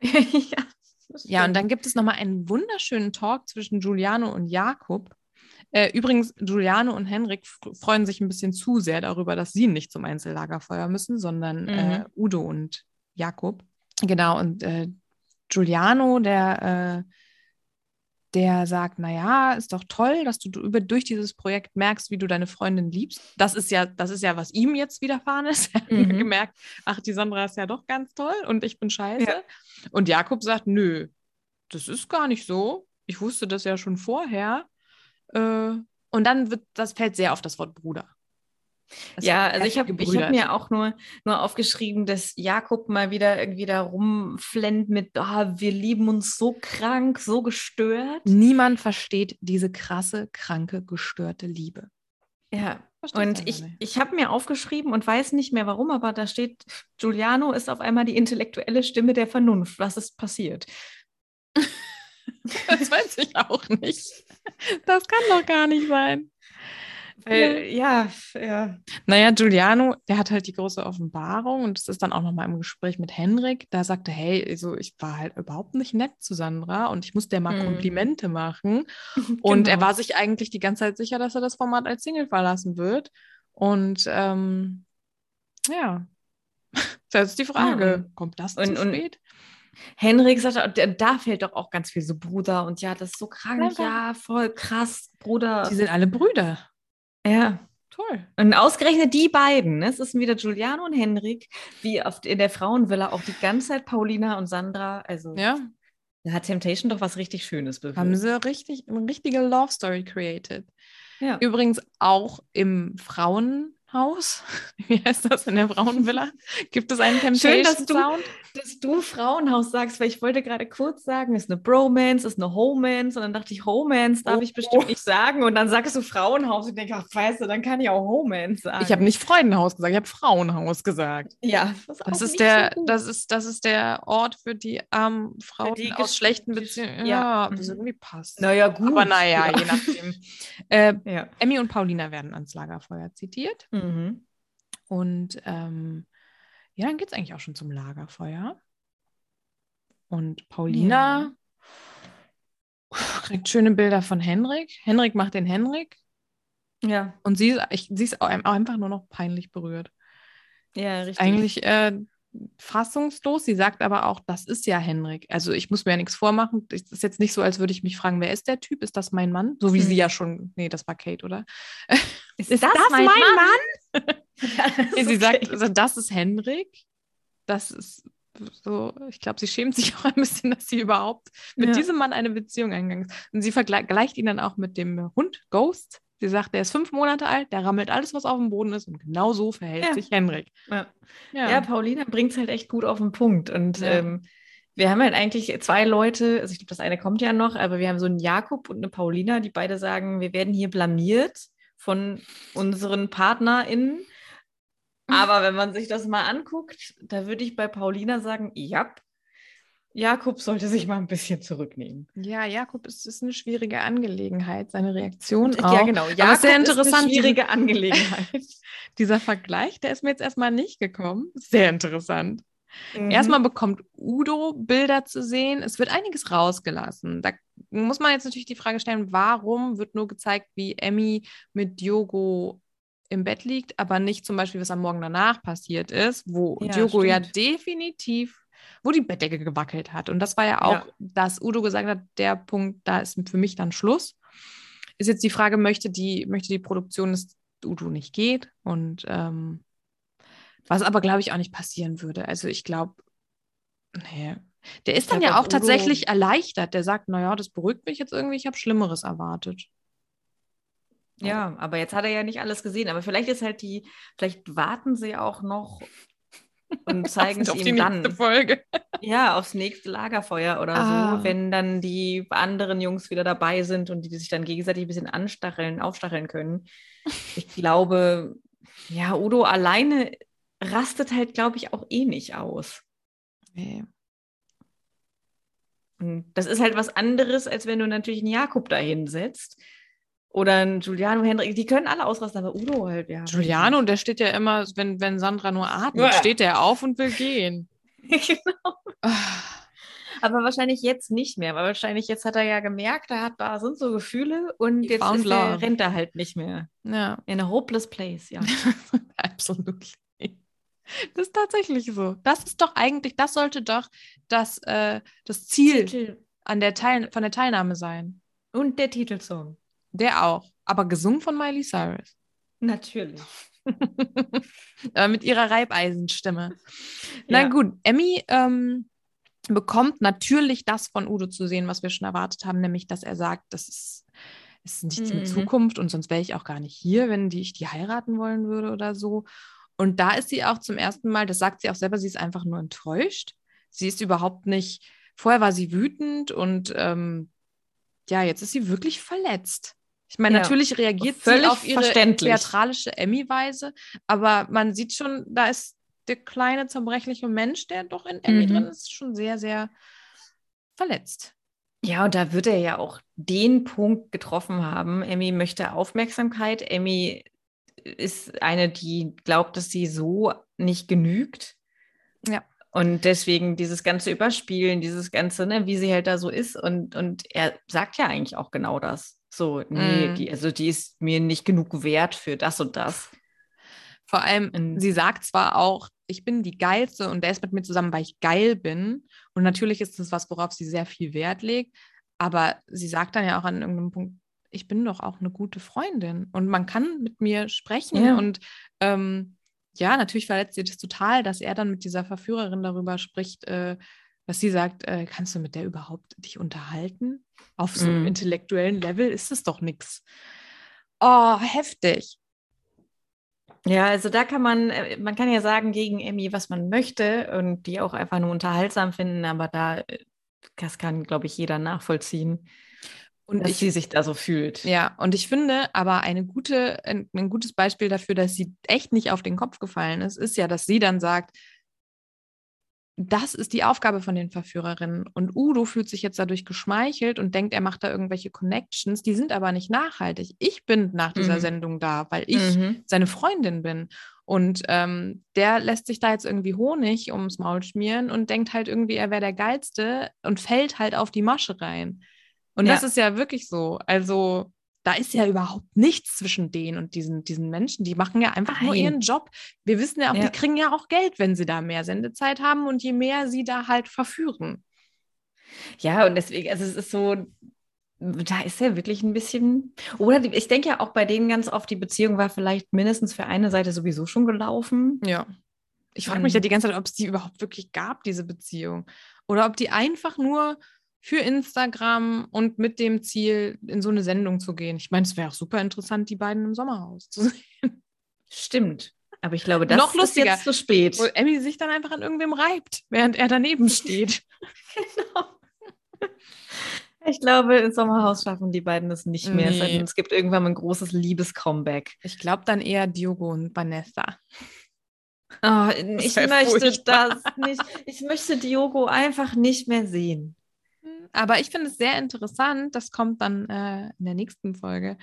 ja, das
Ja, und
stimmt.
dann gibt es nochmal einen wunderschönen Talk zwischen Giuliano und Jakob. Äh, übrigens, Giuliano und Henrik f- freuen sich ein bisschen zu sehr darüber, dass sie nicht zum Einzellagerfeuer müssen, sondern
Mhm.
äh, Udo und Jakob. Genau, und äh, Giuliano, der, äh, der sagt, naja, ist doch toll, dass du über, durch dieses Projekt merkst, wie du deine Freundin liebst. Das ist ja, das ist ja, was ihm jetzt widerfahren ist. Er hat
Mhm.
gemerkt, ach, die Sandra ist ja doch ganz toll und ich bin scheiße.
Ja.
Und Jakob sagt, nö, das ist gar nicht so. Ich wusste das ja schon vorher. Äh, und dann wird, das fällt sehr auf das Wort Bruder. Es
ja,
wird
also ich
heftig
habe ich hab
gebrüdert.
mir auch nur, nur aufgeschrieben, dass Jakob mal wieder irgendwie da rumflennt mit, ah, wir lieben uns so krank, so gestört.
Niemand versteht diese krasse, kranke, gestörte Liebe.
Ja,
Versteht's
und
einfach
ich,
nicht.
ich habe mir aufgeschrieben und weiß nicht mehr warum, aber da steht, Giuliano ist auf einmal die intellektuelle Stimme der Vernunft. Was ist passiert?
Das weiß ich auch nicht. Das kann doch gar nicht sein.
Weil, ja, ja.
Naja, Giuliano, der hat halt die große Offenbarung und das ist dann auch nochmal im Gespräch mit Henrik. Da sagte, hey, also ich war halt überhaupt nicht nett zu Sandra und ich muss der mal
Mhm.
Komplimente machen. Und er
Genau.
war sich eigentlich die ganze Zeit sicher, dass er das Format als Single verlassen wird. Und ähm, ja, das ist die Frage,
Ja.
kommt das
Und-
zu
und-
spät?
Henrik sagt, auch, da- da fällt doch auch ganz viel so Bruder und ja, das ist so krank,
Einfach-
ja, voll krass, Bruder.
Die sind alle Brüder.
ja.
Toll.
Und ausgerechnet die beiden, ne? es ist wieder Giuliano und Henrik, wie oft in der Frauenvilla auch die ganze Zeit Paulina und Sandra. Also
Ja,
da hat Temptation doch was richtig Schönes bewirkt.
haben sie richtig, eine richtige Love Story created.
Ja.
Übrigens auch im Frauenhaus, wie heißt das in der Frauenvilla, gibt es einen
Schön, dass
Temptation
du-
Sound.
Dass du Frauenhaus sagst, weil ich wollte gerade kurz sagen, ist eine Bromance, ist eine Homance. Und dann dachte ich, Homance darf
Oh.
ich bestimmt nicht sagen. Und dann sagst du Frauenhaus. Und ich denke, ach, weißt du, dann kann ich auch Homance sagen.
Ich habe nicht Freudenhaus gesagt, ich habe Frauenhaus gesagt.
ja, das ist, auch
Das ist,
nicht
der,
so gut.
das, ist, das ist der Ort für die armen Frauen
die
aus
gesch-
schlechten
gesch-
Beziehungen.
ja.
Ja, mhm. das irgendwie passt.
Naja, gut.
Aber genau. naja,
Ja.
je nachdem. äh,
ja.
Emmy und Paulina werden ans Lagerfeuer zitiert.
Mhm.
Und ähm, ja, dann geht es eigentlich auch schon zum Lagerfeuer. Und Paulina kriegt schöne Bilder von Henrik. Henrik macht den Henrik.
ja,
Und sie, ist- ich, sie ist auch einfach nur noch peinlich berührt.
ja, richtig.
eigentlich äh, fassungslos. Sie sagt aber auch, das ist ja Henrik. Also ich muss mir ja nichts vormachen. Es ist jetzt nicht so, als würde ich mich fragen, wer ist der Typ? Ist das mein Mann? So wie
Hm.
sie ja schon. Nee, das war Kate, oder?
ist, das, mein Mann?
Nee, sie sagt, also das ist Henrik. Das ist so, ich glaube, sie schämt sich auch ein bisschen, dass sie überhaupt mit
Ja.
diesem Mann eine Beziehung eingegangen ist. Und sie vergle- gleicht ihn dann auch mit dem Hund Ghost. Sie sagt, der ist fünf Monate alt, der rammelt alles, was auf dem Boden ist. Und genau so verhält
Ja.
sich Henrik.
Ja. Ja, Paulina bringt es halt echt gut auf den Punkt. Und
Ja.
ähm, wir haben halt eigentlich zwei Leute, also ich glaube, das eine kommt ja noch, aber wir haben so einen Jakob und eine Paulina, die beide sagen, wir werden hier blamiert von unseren PartnerInnen. Aber wenn man sich das mal anguckt, da würde ich bei Paulina sagen, ja, Jakob sollte sich mal ein bisschen zurücknehmen.
Ja, Jakob, es ist eine schwierige Angelegenheit, seine Reaktion auch.
ja, genau.
ist sehr interessant,
eine schwierige Angelegenheit.
Dieser Vergleich, der ist mir jetzt erstmal nicht gekommen. Sehr interessant.
Mhm.
Erstmal bekommt Udo Bilder zu sehen. Es wird einiges rausgelassen. Da muss man jetzt natürlich die Frage stellen, warum wird nur gezeigt, wie Emmy mit Diogo im Bett liegt, aber nicht zum Beispiel, was am Morgen danach passiert ist, wo
Ja,
Diogo ja
stimmt.
definitiv, wo die Bettdecke gewackelt hat. Und das war ja auch, dass Udo gesagt hat, der Punkt, da ist für mich dann Schluss. Ist jetzt die Frage, möchte die, möchte die Produktion, dass Udo nicht geht? Und ähm, was aber, glaube ich, auch nicht passieren würde. Also ich glaube, nee. Der ist dann
glaub
ja auch
auch Udo-
tatsächlich erleichtert. Der sagt, naja, das beruhigt mich jetzt irgendwie, ich habe Schlimmeres erwartet.
Ja, aber jetzt hat er ja nicht alles gesehen. Aber vielleicht ist halt die, vielleicht warten sie auch noch und zeigen es
Auf die
ihm
nächste
dann.
Folge.
Ja, aufs nächste Lagerfeuer oder
Ah.
so, wenn dann die anderen Jungs wieder dabei sind und die sich dann gegenseitig ein bisschen anstacheln, aufstacheln können. Ich glaube, ja, Udo alleine rastet halt, glaube ich, auch eh nicht aus.
Nee.
Und Das ist halt was anderes, als wenn du natürlich einen Jakob da hinsetzt. Oder einen Giuliano, Henrik, die können alle ausrasten, aber Udo halt, ja. weiß ich
Giuliano, der steht ja immer, wenn, wenn Sandra nur atmet,
Uah.
steht der auf und will gehen.
nicht.
Ah,
Aber wahrscheinlich jetzt nicht mehr, weil wahrscheinlich jetzt hat er ja gemerkt, er hat da sind so Gefühle und
He
jetzt
found
ist der,
love.
rennt er halt nicht mehr.
ja,
In a hopeless place, ja.
absolut. Das ist tatsächlich so. Das ist doch eigentlich, das sollte doch das, äh, das Ziel
Titel
an der Teil von der Teilnahme sein.
und der Titelsong.
Der auch. Aber gesungen von Miley Cyrus.
Natürlich.
Äh, mit ihrer Reibeisenstimme. Na
Ja.
gut, Emmy ähm, bekommt natürlich das von Udo zu sehen, was wir schon erwartet haben, nämlich, dass er sagt, das ist, ist nichts
Mhm.
mit Zukunft und sonst wäre ich auch gar nicht hier, wenn die, ich die heiraten wollen würde oder so. Und da ist sie auch zum ersten Mal, das sagt sie auch selber, sie ist einfach nur enttäuscht. Sie ist überhaupt nicht, vorher war sie wütend und ähm, ja, jetzt ist sie wirklich verletzt. Ich meine,
Ja.
natürlich reagiert sie
Völlig
auf ihre
verständlich.
theatralische Emmy-Weise, aber man sieht schon, da ist der kleine zerbrechliche Mensch, der doch in Emmy
Mhm.
drin ist, schon sehr, sehr verletzt.
Ja, und da wird er ja auch den Punkt getroffen haben. Emmy möchte Aufmerksamkeit. Emmy ist eine, die glaubt, dass sie so nicht genügt.
Ja.
Und deswegen dieses ganze Überspielen, dieses ganze, ne, wie sie halt da so ist. Und, und er sagt ja eigentlich auch genau das. So, nee,
Mm.
die, also die ist mir nicht genug wert für das und das.
Vor allem,
Mhm.
sie sagt zwar auch, ich bin die Geilste und der ist mit mir zusammen, weil ich geil bin. Und natürlich ist das was, worauf sie sehr viel Wert legt. Aber sie sagt dann ja auch an irgendeinem Punkt, ich bin doch auch eine gute Freundin und man kann mit mir sprechen.
Ja.
Und ähm, ja, natürlich verletzt sie das total, dass er dann mit dieser Verführerin darüber spricht, äh, dass sie sagt, äh, kannst du mit der überhaupt dich unterhalten? Auf so einem
Mhm.
intellektuellen Level ist es doch nichts. Oh, heftig.
Ja, also da kann man, äh, man kann ja sagen gegen Emmy, was man möchte und die auch einfach nur unterhaltsam finden, aber da, äh, das kann, glaube ich, jeder nachvollziehen,
Und
dass
ich
sie sich da so fühlt.
Ja, und ich finde aber eine gute, ein, ein gutes Beispiel dafür, dass sie echt nicht auf den Kopf gefallen ist, ist ja, dass sie dann sagt, das ist die Aufgabe von den Verführerinnen. Und Udo fühlt sich jetzt dadurch geschmeichelt und denkt, er macht da irgendwelche Connections, die sind aber nicht nachhaltig. Ich bin nach dieser
Mhm.
Sendung da, weil ich
Mhm.
seine Freundin bin. Und ähm, der lässt sich da jetzt irgendwie Honig ums Maul schmieren und denkt halt irgendwie, er wäre der Geilste und fällt halt auf die Masche rein. Und das
Ja.
ist ja wirklich so. Also da ist ja überhaupt nichts zwischen denen und diesen, diesen Menschen. Die machen ja einfach nur
Nein.
ihren Job. Wir wissen ja auch,
Ja.
die kriegen ja auch Geld, wenn sie da mehr Sendezeit haben und je mehr sie da halt verführen.
Ja, und deswegen, also es ist so, da ist er wirklich ein bisschen. Oder die, ich denke ja auch bei denen ganz oft, die Beziehung war vielleicht mindestens für eine Seite sowieso schon gelaufen.
Ja. Ähm. Ich frage mich ja die ganze Zeit, ob es die überhaupt wirklich gab, diese Beziehung. Oder ob die einfach nur für Instagram und mit dem Ziel, in so eine Sendung zu gehen. Ich meine, es wäre auch super interessant, die beiden im Sommerhaus zu sehen.
Stimmt. Aber ich glaube, das
Noch
ist
lustiger.
jetzt zu spät.
Wo Emmy sich dann einfach an irgendwem reibt, während er daneben steht.
Genau. Ich glaube, im Sommerhaus schaffen die beiden das nicht mehr. Es sei
Nee.
denn, Es gibt irgendwann mal ein großes Liebes-Comeback.
Ich glaube dann eher Diogo und Vanessa.
Ah, ich
wär
möchte
furchtbar.
das nicht. Ich möchte Diogo einfach nicht mehr sehen.
Aber ich finde es sehr interessant, das kommt dann äh, in der nächsten Folge.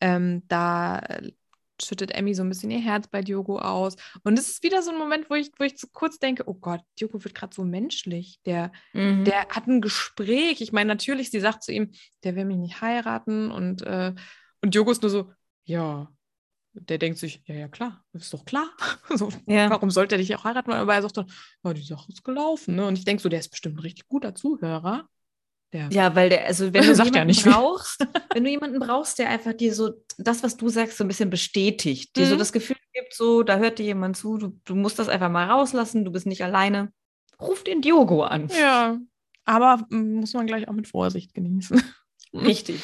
Ähm, da äh, schüttet Emmy so ein bisschen ihr Herz bei Diogo aus. Und es ist wieder so ein Moment, wo ich, wo ich so kurz denke, oh Gott, Diogo wird gerade so menschlich. Der,
Der,
der hat ein Gespräch. Ich meine, natürlich, sie sagt zu ihm, der will mich nicht heiraten. Und, äh, und Diogo ist nur so, ja. Der denkt sich, ja, ja, klar, ist doch klar. So,
ja.
warum sollte er dich auch heiraten? Aber er sagt dann, ja, die Sache ist gelaufen. Ne? Und ich denke so, der ist bestimmt ein richtig guter Zuhörer. Der
ja, weil der, also wenn du
Sagt ja
jemanden
nicht viel.
brauchst, wenn du jemanden brauchst, der einfach dir so das, was du sagst, so ein bisschen bestätigt, dir so
Mhm.
das Gefühl gibt, so, da hört dir jemand zu, du, du musst das einfach mal rauslassen, du bist nicht alleine. Ruf den Diogo an.
Ja, aber mm, muss man gleich auch mit Vorsicht genießen.
Richtig.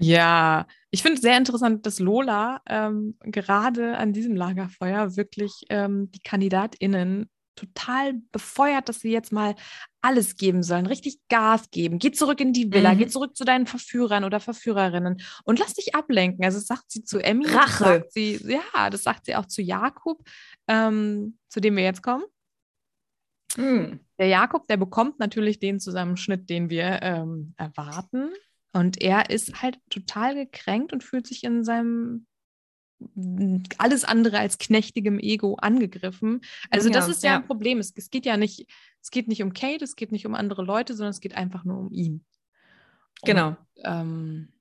Ja, ich finde es sehr interessant, dass Lola ähm, gerade an diesem Lagerfeuer wirklich ähm, die KandidatInnen total befeuert, dass sie jetzt mal alles geben sollen, richtig Gas geben. Geh zurück in die Villa,
Mhm.
geh zurück zu deinen Verführern oder Verführerinnen und lass dich ablenken. Also das sagt sie zu Emmy. das
Rache.
Sagt sie, ja, das sagt sie auch zu Jakob, ähm, zu dem wir jetzt kommen.
Hm.
Der Jakob, der bekommt natürlich den Zusammenschnitt, den wir ähm, erwarten. Und er ist halt total gekränkt und fühlt sich in seinem m, alles andere als knechtigem Ego angegriffen. Also das
Ja,
ist ja,
ja.
ein Problem. Es, es geht ja nicht, es geht nicht um Kate, es geht nicht um andere Leute, sondern es geht einfach nur um ihn.
Genau.
Und, ähm,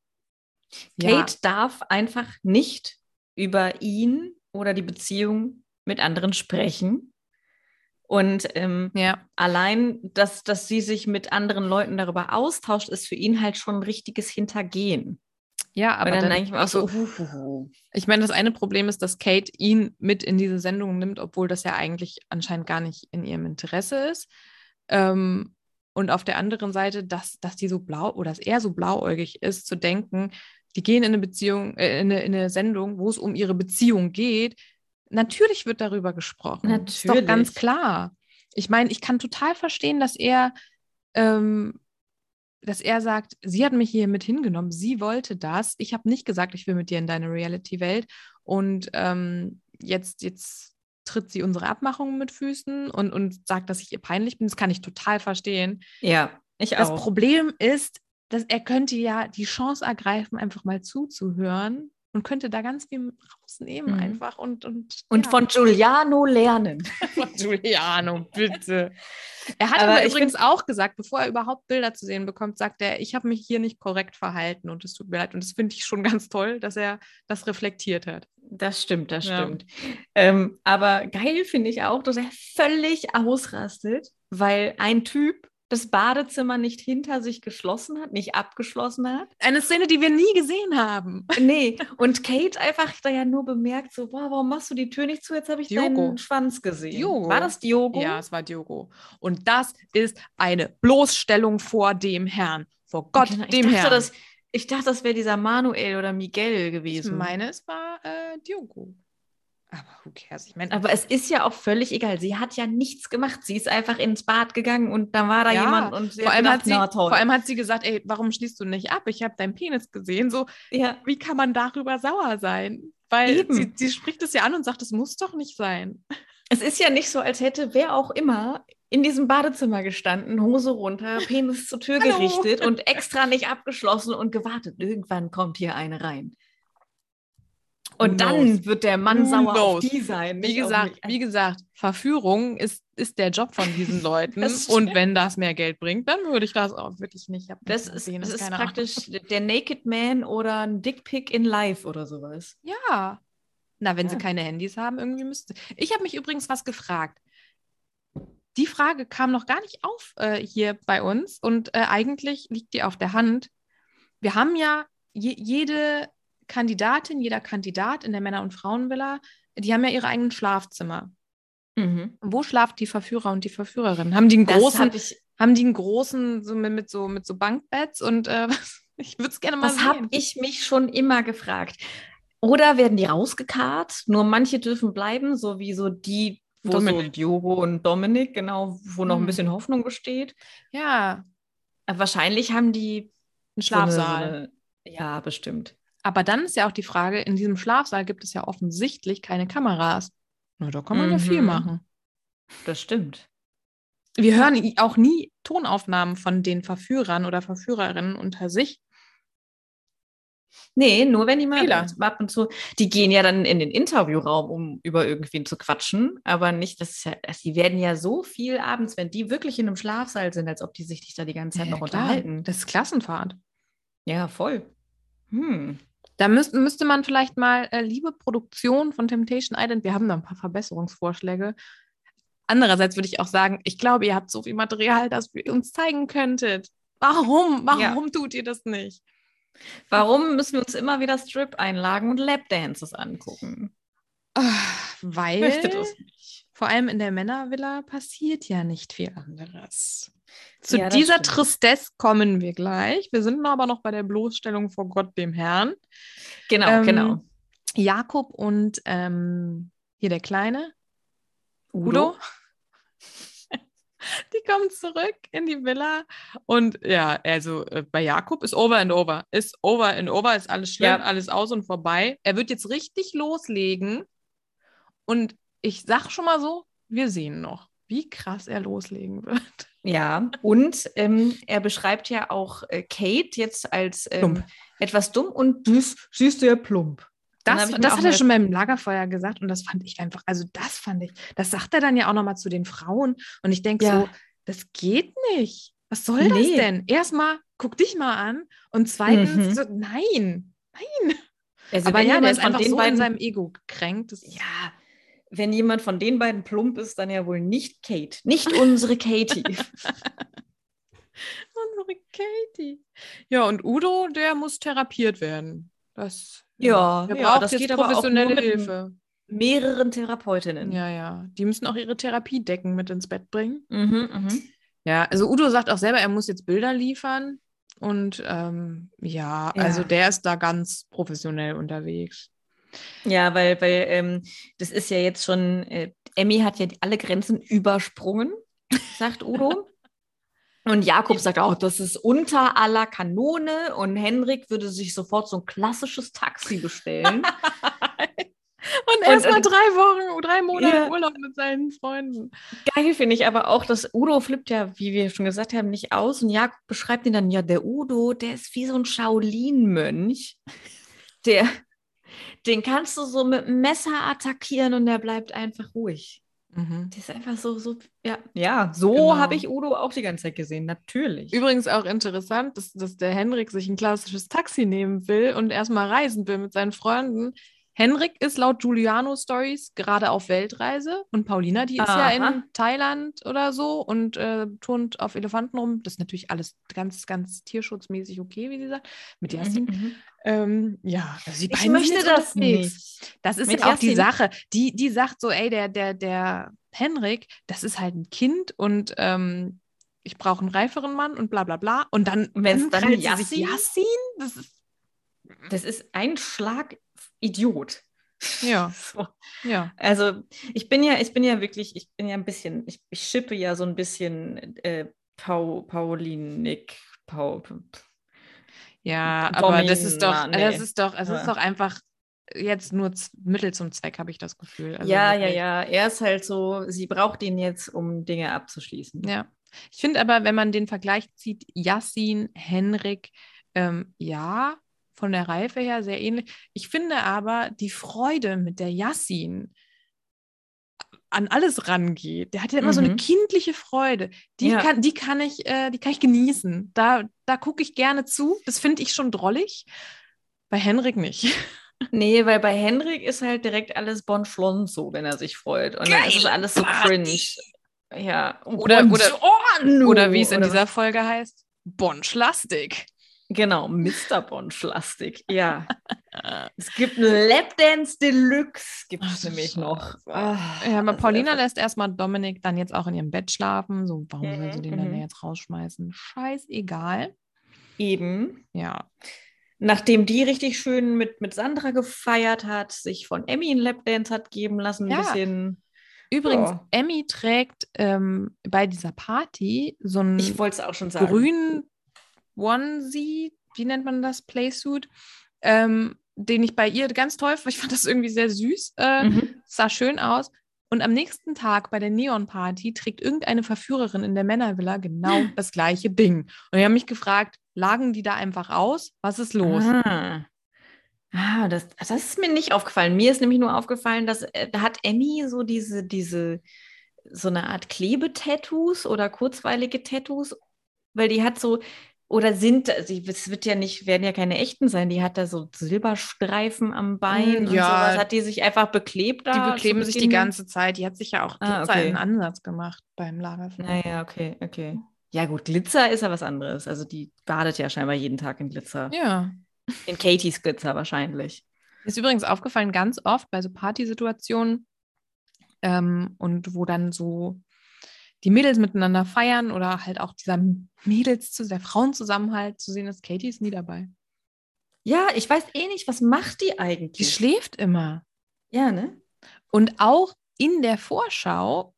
ja.
Kate darf einfach nicht über ihn oder die Beziehung mit anderen sprechen. Und ähm,
Ja.
allein, dass, dass sie sich mit anderen Leuten darüber austauscht, ist für ihn halt schon ein richtiges Hintergehen.
ja,
Aber
aber
dann,
dann,
denke ich mir auch so, hu, hu, hu.
Ich meine, das eine Problem ist, dass Kate ihn mit in diese Sendung nimmt, obwohl das ja eigentlich anscheinend gar nicht in ihrem Interesse ist. Ähm, und auf der anderen Seite, dass, dass die so blau oder dass er so blauäugig ist, zu denken, die gehen in eine Beziehung, äh, in, eine, in eine Sendung, wo es um ihre Beziehung geht. Natürlich wird darüber gesprochen. Ist doch ganz
Natürlich.
klar. Ich meine, ich kann total verstehen, dass er ähm, dass er sagt, sie hat mich hier mit hingenommen, sie wollte das. Ich habe nicht gesagt, ich will mit dir in deine Reality-Welt. Und ähm, jetzt, jetzt tritt sie unsere Abmachung mit Füßen und, und sagt, dass ich ihr peinlich bin. Das kann ich total verstehen.
ja, ich
Das
auch.
Problem ist, dass er könnte ja die Chance ergreifen, einfach mal zuzuhören und könnte da ganz viel rausnehmen
Mhm.
einfach und und,
Und
ja.
von Giuliano lernen.
Von Giuliano, bitte. Er hat
Aber
aber,
ich
übrigens auch gesagt, bevor er überhaupt Bilder zu sehen bekommt, sagt er, ich habe mich hier nicht korrekt verhalten und es tut mir leid. Und das finde ich schon ganz toll, dass er das reflektiert hat.
Das stimmt, das
Ja.
stimmt. Ähm, aber geil finde ich auch, dass er völlig ausrastet, weil ein Typ das Badezimmer nicht hinter sich geschlossen hat, nicht abgeschlossen hat.
Eine Szene, die wir nie gesehen haben.
Nee, und Kate einfach da ja nur bemerkt, so, wow, warum machst du die Tür nicht zu? Jetzt habe ich
Diogo.
deinen Schwanz gesehen.
Diogo.
War das Diogo?
Ja, es war Diogo. Und das ist eine Bloßstellung vor dem Herrn. Vor Gott,
Genau, ich
dem
dachte,
Herrn.
Das, ich dachte, das wäre dieser Manuel oder Miguel
ich
gewesen.
meine, es war äh, Diogo. Aber who cares? Ich meine,
Aber es ist ja auch völlig egal. Sie hat ja nichts gemacht. Sie ist einfach ins Bad gegangen und dann war da
Ja,
jemand und sie
vor allem,
gedacht,
hat sie,
na toll.
vor allem hat sie gesagt, ey, warum schließt du nicht ab? Ich habe deinen Penis gesehen. So,
ja,
wie kann man darüber sauer sein? Weil
Eben.
sie, sie spricht es ja an und sagt, es muss doch nicht sein.
es ist ja nicht so, als hätte wer auch immer in diesem Badezimmer gestanden, Hose runter, Penis zur Tür
Hallo.
gerichtet und extra nicht abgeschlossen und gewartet. Irgendwann kommt hier eine rein.
Who
Und dann
knows?
wird der Mann
Who
sauer auf
knows?
die sein.
Wie
nicht auf
gesagt,
mich.
wie gesagt, Verführung ist, ist der Job von diesen Leuten.
Das
und
stimmt.
wenn das mehr Geld bringt, dann würde ich das auch wirklich nicht. Ich hab
das
nicht
ist,
gesehen,
das ist
keine
praktisch der Naked Man oder ein Dickpick in Live oder sowas.
Ahnung. Ja. Na, wenn sie
Ja.
keine Handys haben, irgendwie müssten. Ich habe mich übrigens was gefragt. Die Frage kam noch gar nicht auf äh, hier bei uns und äh, eigentlich liegt die auf der Hand. wir haben ja je, jede Kandidatin, jeder Kandidat in der Männer- und Frauenvilla, die haben ja ihre eigenen Schlafzimmer.
Mhm.
Wo schlaft die Verführer und die Verführerin? Haben die einen
Das
großen,
habe ich,
haben die einen großen so mit, mit so mit so Bankbetts und äh, ich würde es gerne mal
das
sehen.
hab ich mich schon immer gefragt. Oder werden die rausgekarrt? Nur manche dürfen bleiben, so wie so die, wo
Dominik.
so Diogo und Dominik, genau, wo noch
Hm.
ein bisschen Hoffnung besteht.
Ja,
Aber wahrscheinlich haben die so
ein
eine-
Schlafsaal.
So eine, ja, bestimmt.
Aber dann ist ja auch die Frage, in diesem Schlafsaal gibt es ja offensichtlich keine Kameras. Na, da kann man ja viel
Mhm.
machen.
Das stimmt.
Wir hören i- auch nie Tonaufnahmen von den Verführern oder Verführerinnen unter sich.
Nee, nur wenn die mal
Fehler.
ab und zu, die gehen ja dann in den Interviewraum, um über irgendwen zu quatschen, aber nicht, das ist ja, also die werden ja so viel abends, wenn die wirklich in einem Schlafsaal sind, als ob die sich nicht da die ganze Zeit noch
klar.
unterhalten.
Das ist Klassenfahrt.
Ja, voll. Hm.
Da müß, müsste man vielleicht mal, äh, liebe Produktion von Temptation Island, wir haben da ein paar Verbesserungsvorschläge. Andererseits würde ich auch sagen, ich glaube, ihr habt so viel Material, das ihr uns zeigen könntet. Warum? Warum
Ja.
tut ihr das nicht?
Warum müssen wir uns immer wieder Strip-Einlagen und Lapdances angucken?
Weil.
Ich möchte das nicht.
Ah, Vor allem in der Männervilla passiert ja nicht viel anderes. Zu
Ja, das
dieser
stimmt.
Tristesse kommen wir gleich. Wir sind aber noch bei der Bloßstellung vor Gott, dem Herrn.
Genau,
Ähm,
genau.
Jakob und ähm, hier der Kleine, Udo. Die kommen zurück in die Villa. Und ja, also äh, bei Jakob ist over and over. Ist over and over, ist alles schlimm,
Ja.
alles aus und vorbei. Er wird jetzt richtig loslegen. Und ich sag schon mal so, wir sehen noch, wie krass er loslegen wird.
Ja, und ähm, er beschreibt ja auch äh, Kate jetzt als ähm,
Plump.
etwas dumm und das siehst du ja plump. Dann hab
Das,
ich mir
das
auch
hat er
mal-
schon beim Lagerfeuer gesagt und das fand ich einfach, also das fand ich, das sagt er dann ja auch nochmal zu den Frauen und ich denke
Ja.
so, das geht nicht. Was soll das
Nee.
denn? Erstmal, guck dich mal an und zweitens,
Mhm.
so, nein.
Also
Aber
wenn
ja,
jemand
der ist einfach
von den
so in
beiden,
seinem Ego gekränkt. Das
ja, wenn jemand von den beiden plump ist, dann ja wohl nicht Kate, nicht unsere Katie.
unsere Katie. Ja, und Udo, der muss therapiert werden. Das,
Ja,
der
ja,
braucht
das
jetzt
geht aber auch nur
professionelle
mit einem-
Hilfe.
Mehreren Therapeutinnen.
Ja, ja. Die müssen auch ihre Therapiedecken mit ins Bett bringen.
Mhm, mhm.
Ja, also Udo sagt auch selber, er muss jetzt Bilder liefern. Und ähm, ja,
Ja.
also der ist da ganz professionell unterwegs.
Ja, weil, weil ähm, das ist ja jetzt schon, äh, Emmy hat ja alle Grenzen übersprungen, sagt Udo. Und Jakob sagt auch, das ist unter aller Kanone und Henrik würde sich sofort so ein klassisches Taxi bestellen.
Und
erst
erstmal
mal
drei Wochen, drei Monate
Monate
Urlaub mit seinen Freunden.
Geil finde ich aber auch, dass Udo flippt ja, wie wir schon gesagt haben, nicht aus. Und Jakob beschreibt ihn dann, ja, der Udo, der ist wie so ein Shaolin-Mönch. Der, den kannst du so mit dem Messer attackieren und der bleibt einfach ruhig.
Mhm.
Der ist einfach so, so, ja. Ja, so
Genau.
habe ich Udo auch die ganze Zeit gesehen, natürlich.
Übrigens auch interessant, dass, dass der Henrik sich ein klassisches Taxi nehmen will und erstmal reisen will mit seinen Freunden. Henrik ist laut Giuliano Stories gerade auf Weltreise und Paulina, die ist ja
Aha.
in Thailand oder so und äh, turnt auf Elefanten rum. Das ist natürlich alles ganz, ganz tierschutzmäßig okay, wie sie sagt, mit Jasmin. Ähm, ja, Mhm. also
Mhm.
die
Ich
beiden sind
möchte
jetzt
das
unterwegs.
nicht.
Das ist
Mit
ja auch die
Yassin.
Sache. Die, die sagt so, ey, der, der, der Henrik, das ist halt ein Kind und ähm, ich brauche einen reiferen Mann und bla bla bla. Und dann,
Und wenn's dann
krallt sie sich
Yassin?
Yassin? Das ist,
Das ist ein Schlag Idiot.
Ja.
So.
ja.
Also ich bin ja, ich bin ja wirklich, ich bin ja ein bisschen, ich, ich schippe ja so ein bisschen äh, Pau, Paulinik, Pau,
Ja,
Domina,
aber das ist doch,
nee.
das ist doch, also es ist
Ja.
doch einfach jetzt nur z- Mittel zum Zweck, habe ich das Gefühl. Also
ja, ja,
wirklich.
ja. Er ist halt so, sie braucht ihn jetzt, um Dinge abzuschließen.
Ja. Ich finde aber, wenn man den Vergleich zieht, Yassin, Henrik, ähm, ja, von der Reife her sehr ähnlich. Ich finde aber, die Freude, mit der Yassin an alles rangeht, der hat ja immer so eine
Mhm.
kindliche Freude. Die,
Ja.
kann, die, kann ich, äh, die kann ich genießen. Da, da gucke ich gerne zu. Das finde ich schon drollig. Bei Henrik nicht.
Nee, weil bei Henrik ist halt direkt alles Bon so, wenn er sich freut. Und dann ist es alles so cringe. Ja.
Oder- oder-
Buongiorno!
oh, Oder wie es in
Oder
dieser Folge heißt, Bonschlastik.
Genau, Mr. Bonschlastik. Ja. es gibt eine Lapdance Deluxe, gibt
Ach,
es
du
nämlich
Scheiße.
noch. Ah,
Ja, aber
das ist
Paulina
einfach-
lässt erstmal Dominik dann jetzt auch in ihrem Bett schlafen. So, warum soll sie
Mhm,
den dann
mhm.
jetzt rausschmeißen? Scheißegal.
Eben.
Ja.
Nachdem die richtig schön mit, mit Sandra gefeiert hat, sich von Emmy einen Lapdance hat geben lassen, ein
Ja.
bisschen.
Übrigens,
Ja.
Emmy trägt ähm, bei dieser Party so einen
Ich wollte es auch schon sagen.
grünen Onesie, wie nennt man das? Playsuit, ähm, den ich bei ihr ganz toll fand. Ich fand das irgendwie sehr süß. Äh,
Mhm.
sah schön aus. Und am nächsten Tag bei der Neon-Party trägt irgendeine Verführerin in der Männervilla genau
Hm.
das gleiche Ding. Und ich habe mich gefragt, lagen die da einfach aus? Was ist los?
Ah. Ah, das, das ist mir nicht aufgefallen. Mir ist nämlich nur aufgefallen, dass äh, da hat Emmy so diese, diese, so eine Art Klebetattoos oder kurzweilige Tattoos, weil die hat so, oder sind, also ich- es wird ja nicht, werden ja keine echten sein, die hat da so Silberstreifen am Bein
Mm,
und
ja.
sowas. Hat die sich einfach beklebt da?
Die
zu
bekleben sich die
Beginn?
ganze Zeit. Die hat sich ja auch
Ah,
Glitzer
okay.
einen Ansatz gemacht beim Lagerfeuer.
Naja, okay, okay. Ja, gut, Glitzer ist ja was anderes. Also die badet ja scheinbar jeden Tag in Glitzer.
Ja.
In Katies Glitzer wahrscheinlich.
Ist übrigens aufgefallen, ganz oft bei so Partysituationen ähm, und wo dann so die Mädels miteinander feiern oder halt auch dieser Mädels zu der Frauenzusammenhalt zu sehen ist, Katie ist nie dabei.
Ja, ich weiß eh nicht, was macht die
Die
eigentlich?
schläft immer.
ja, ne?
Und auch in der Vorschau,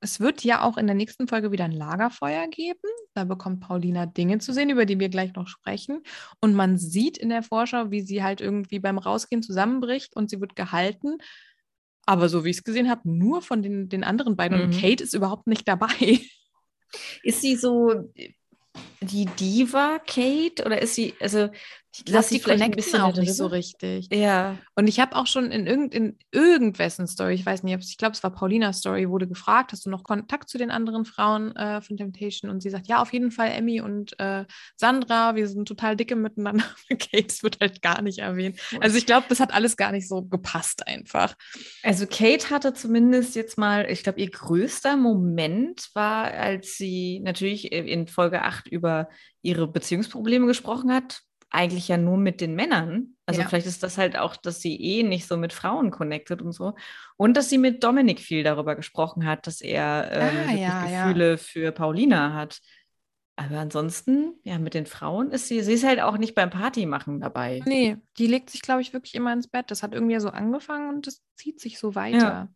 es wird ja auch in der nächsten Folge wieder ein Lagerfeuer geben. Da bekommt Paulina Dinge zu sehen, über die wir gleich noch sprechen. Und man sieht in der Vorschau, wie sie halt irgendwie beim Rausgehen zusammenbricht und sie wird gehalten. Aber so wie ich es gesehen habe, nur von den, den anderen beiden. Und
Mhm.
Kate ist überhaupt nicht dabei.
Ist sie so äh, die Diva Kate oder ist sie also ich lass sie vielleicht ein bisschen
auch
da
nicht so
drüber.
richtig.
Ja.
Und ich habe auch schon in, irgend, in irgendwessen Story, ich weiß nicht, ob's- ich glaube, es war Paulinas Story, wurde gefragt, hast du noch Kontakt zu den anderen Frauen äh, von Temptation? Und sie sagt, ja, auf jeden Fall Emmy und äh, Sandra, wir sind total dicke miteinander. Kate es wird halt gar nicht erwähnt. Also ich glaube, das hat alles gar nicht so gepasst einfach.
Also Kate hatte zumindest jetzt mal, ich glaube, ihr größter Moment war, als sie natürlich in Folge 8 über ihre Beziehungsprobleme gesprochen hat. Eigentlich ja nur mit den Männern. Also
Ja.
vielleicht ist das halt auch, dass sie eh nicht so mit Frauen connected und so. Und dass sie mit Dominik viel darüber gesprochen hat, dass er ähm,
Ah,
wirklich
ja, ja.
Gefühle für Paulina hat. Aber ansonsten, ja, mit den Frauen ist sie, sie ist halt auch nicht beim Party machen dabei.
Nee, die legt sich, glaube ich, wirklich immer ins Bett. Das hat irgendwie so angefangen und das zieht sich so weiter.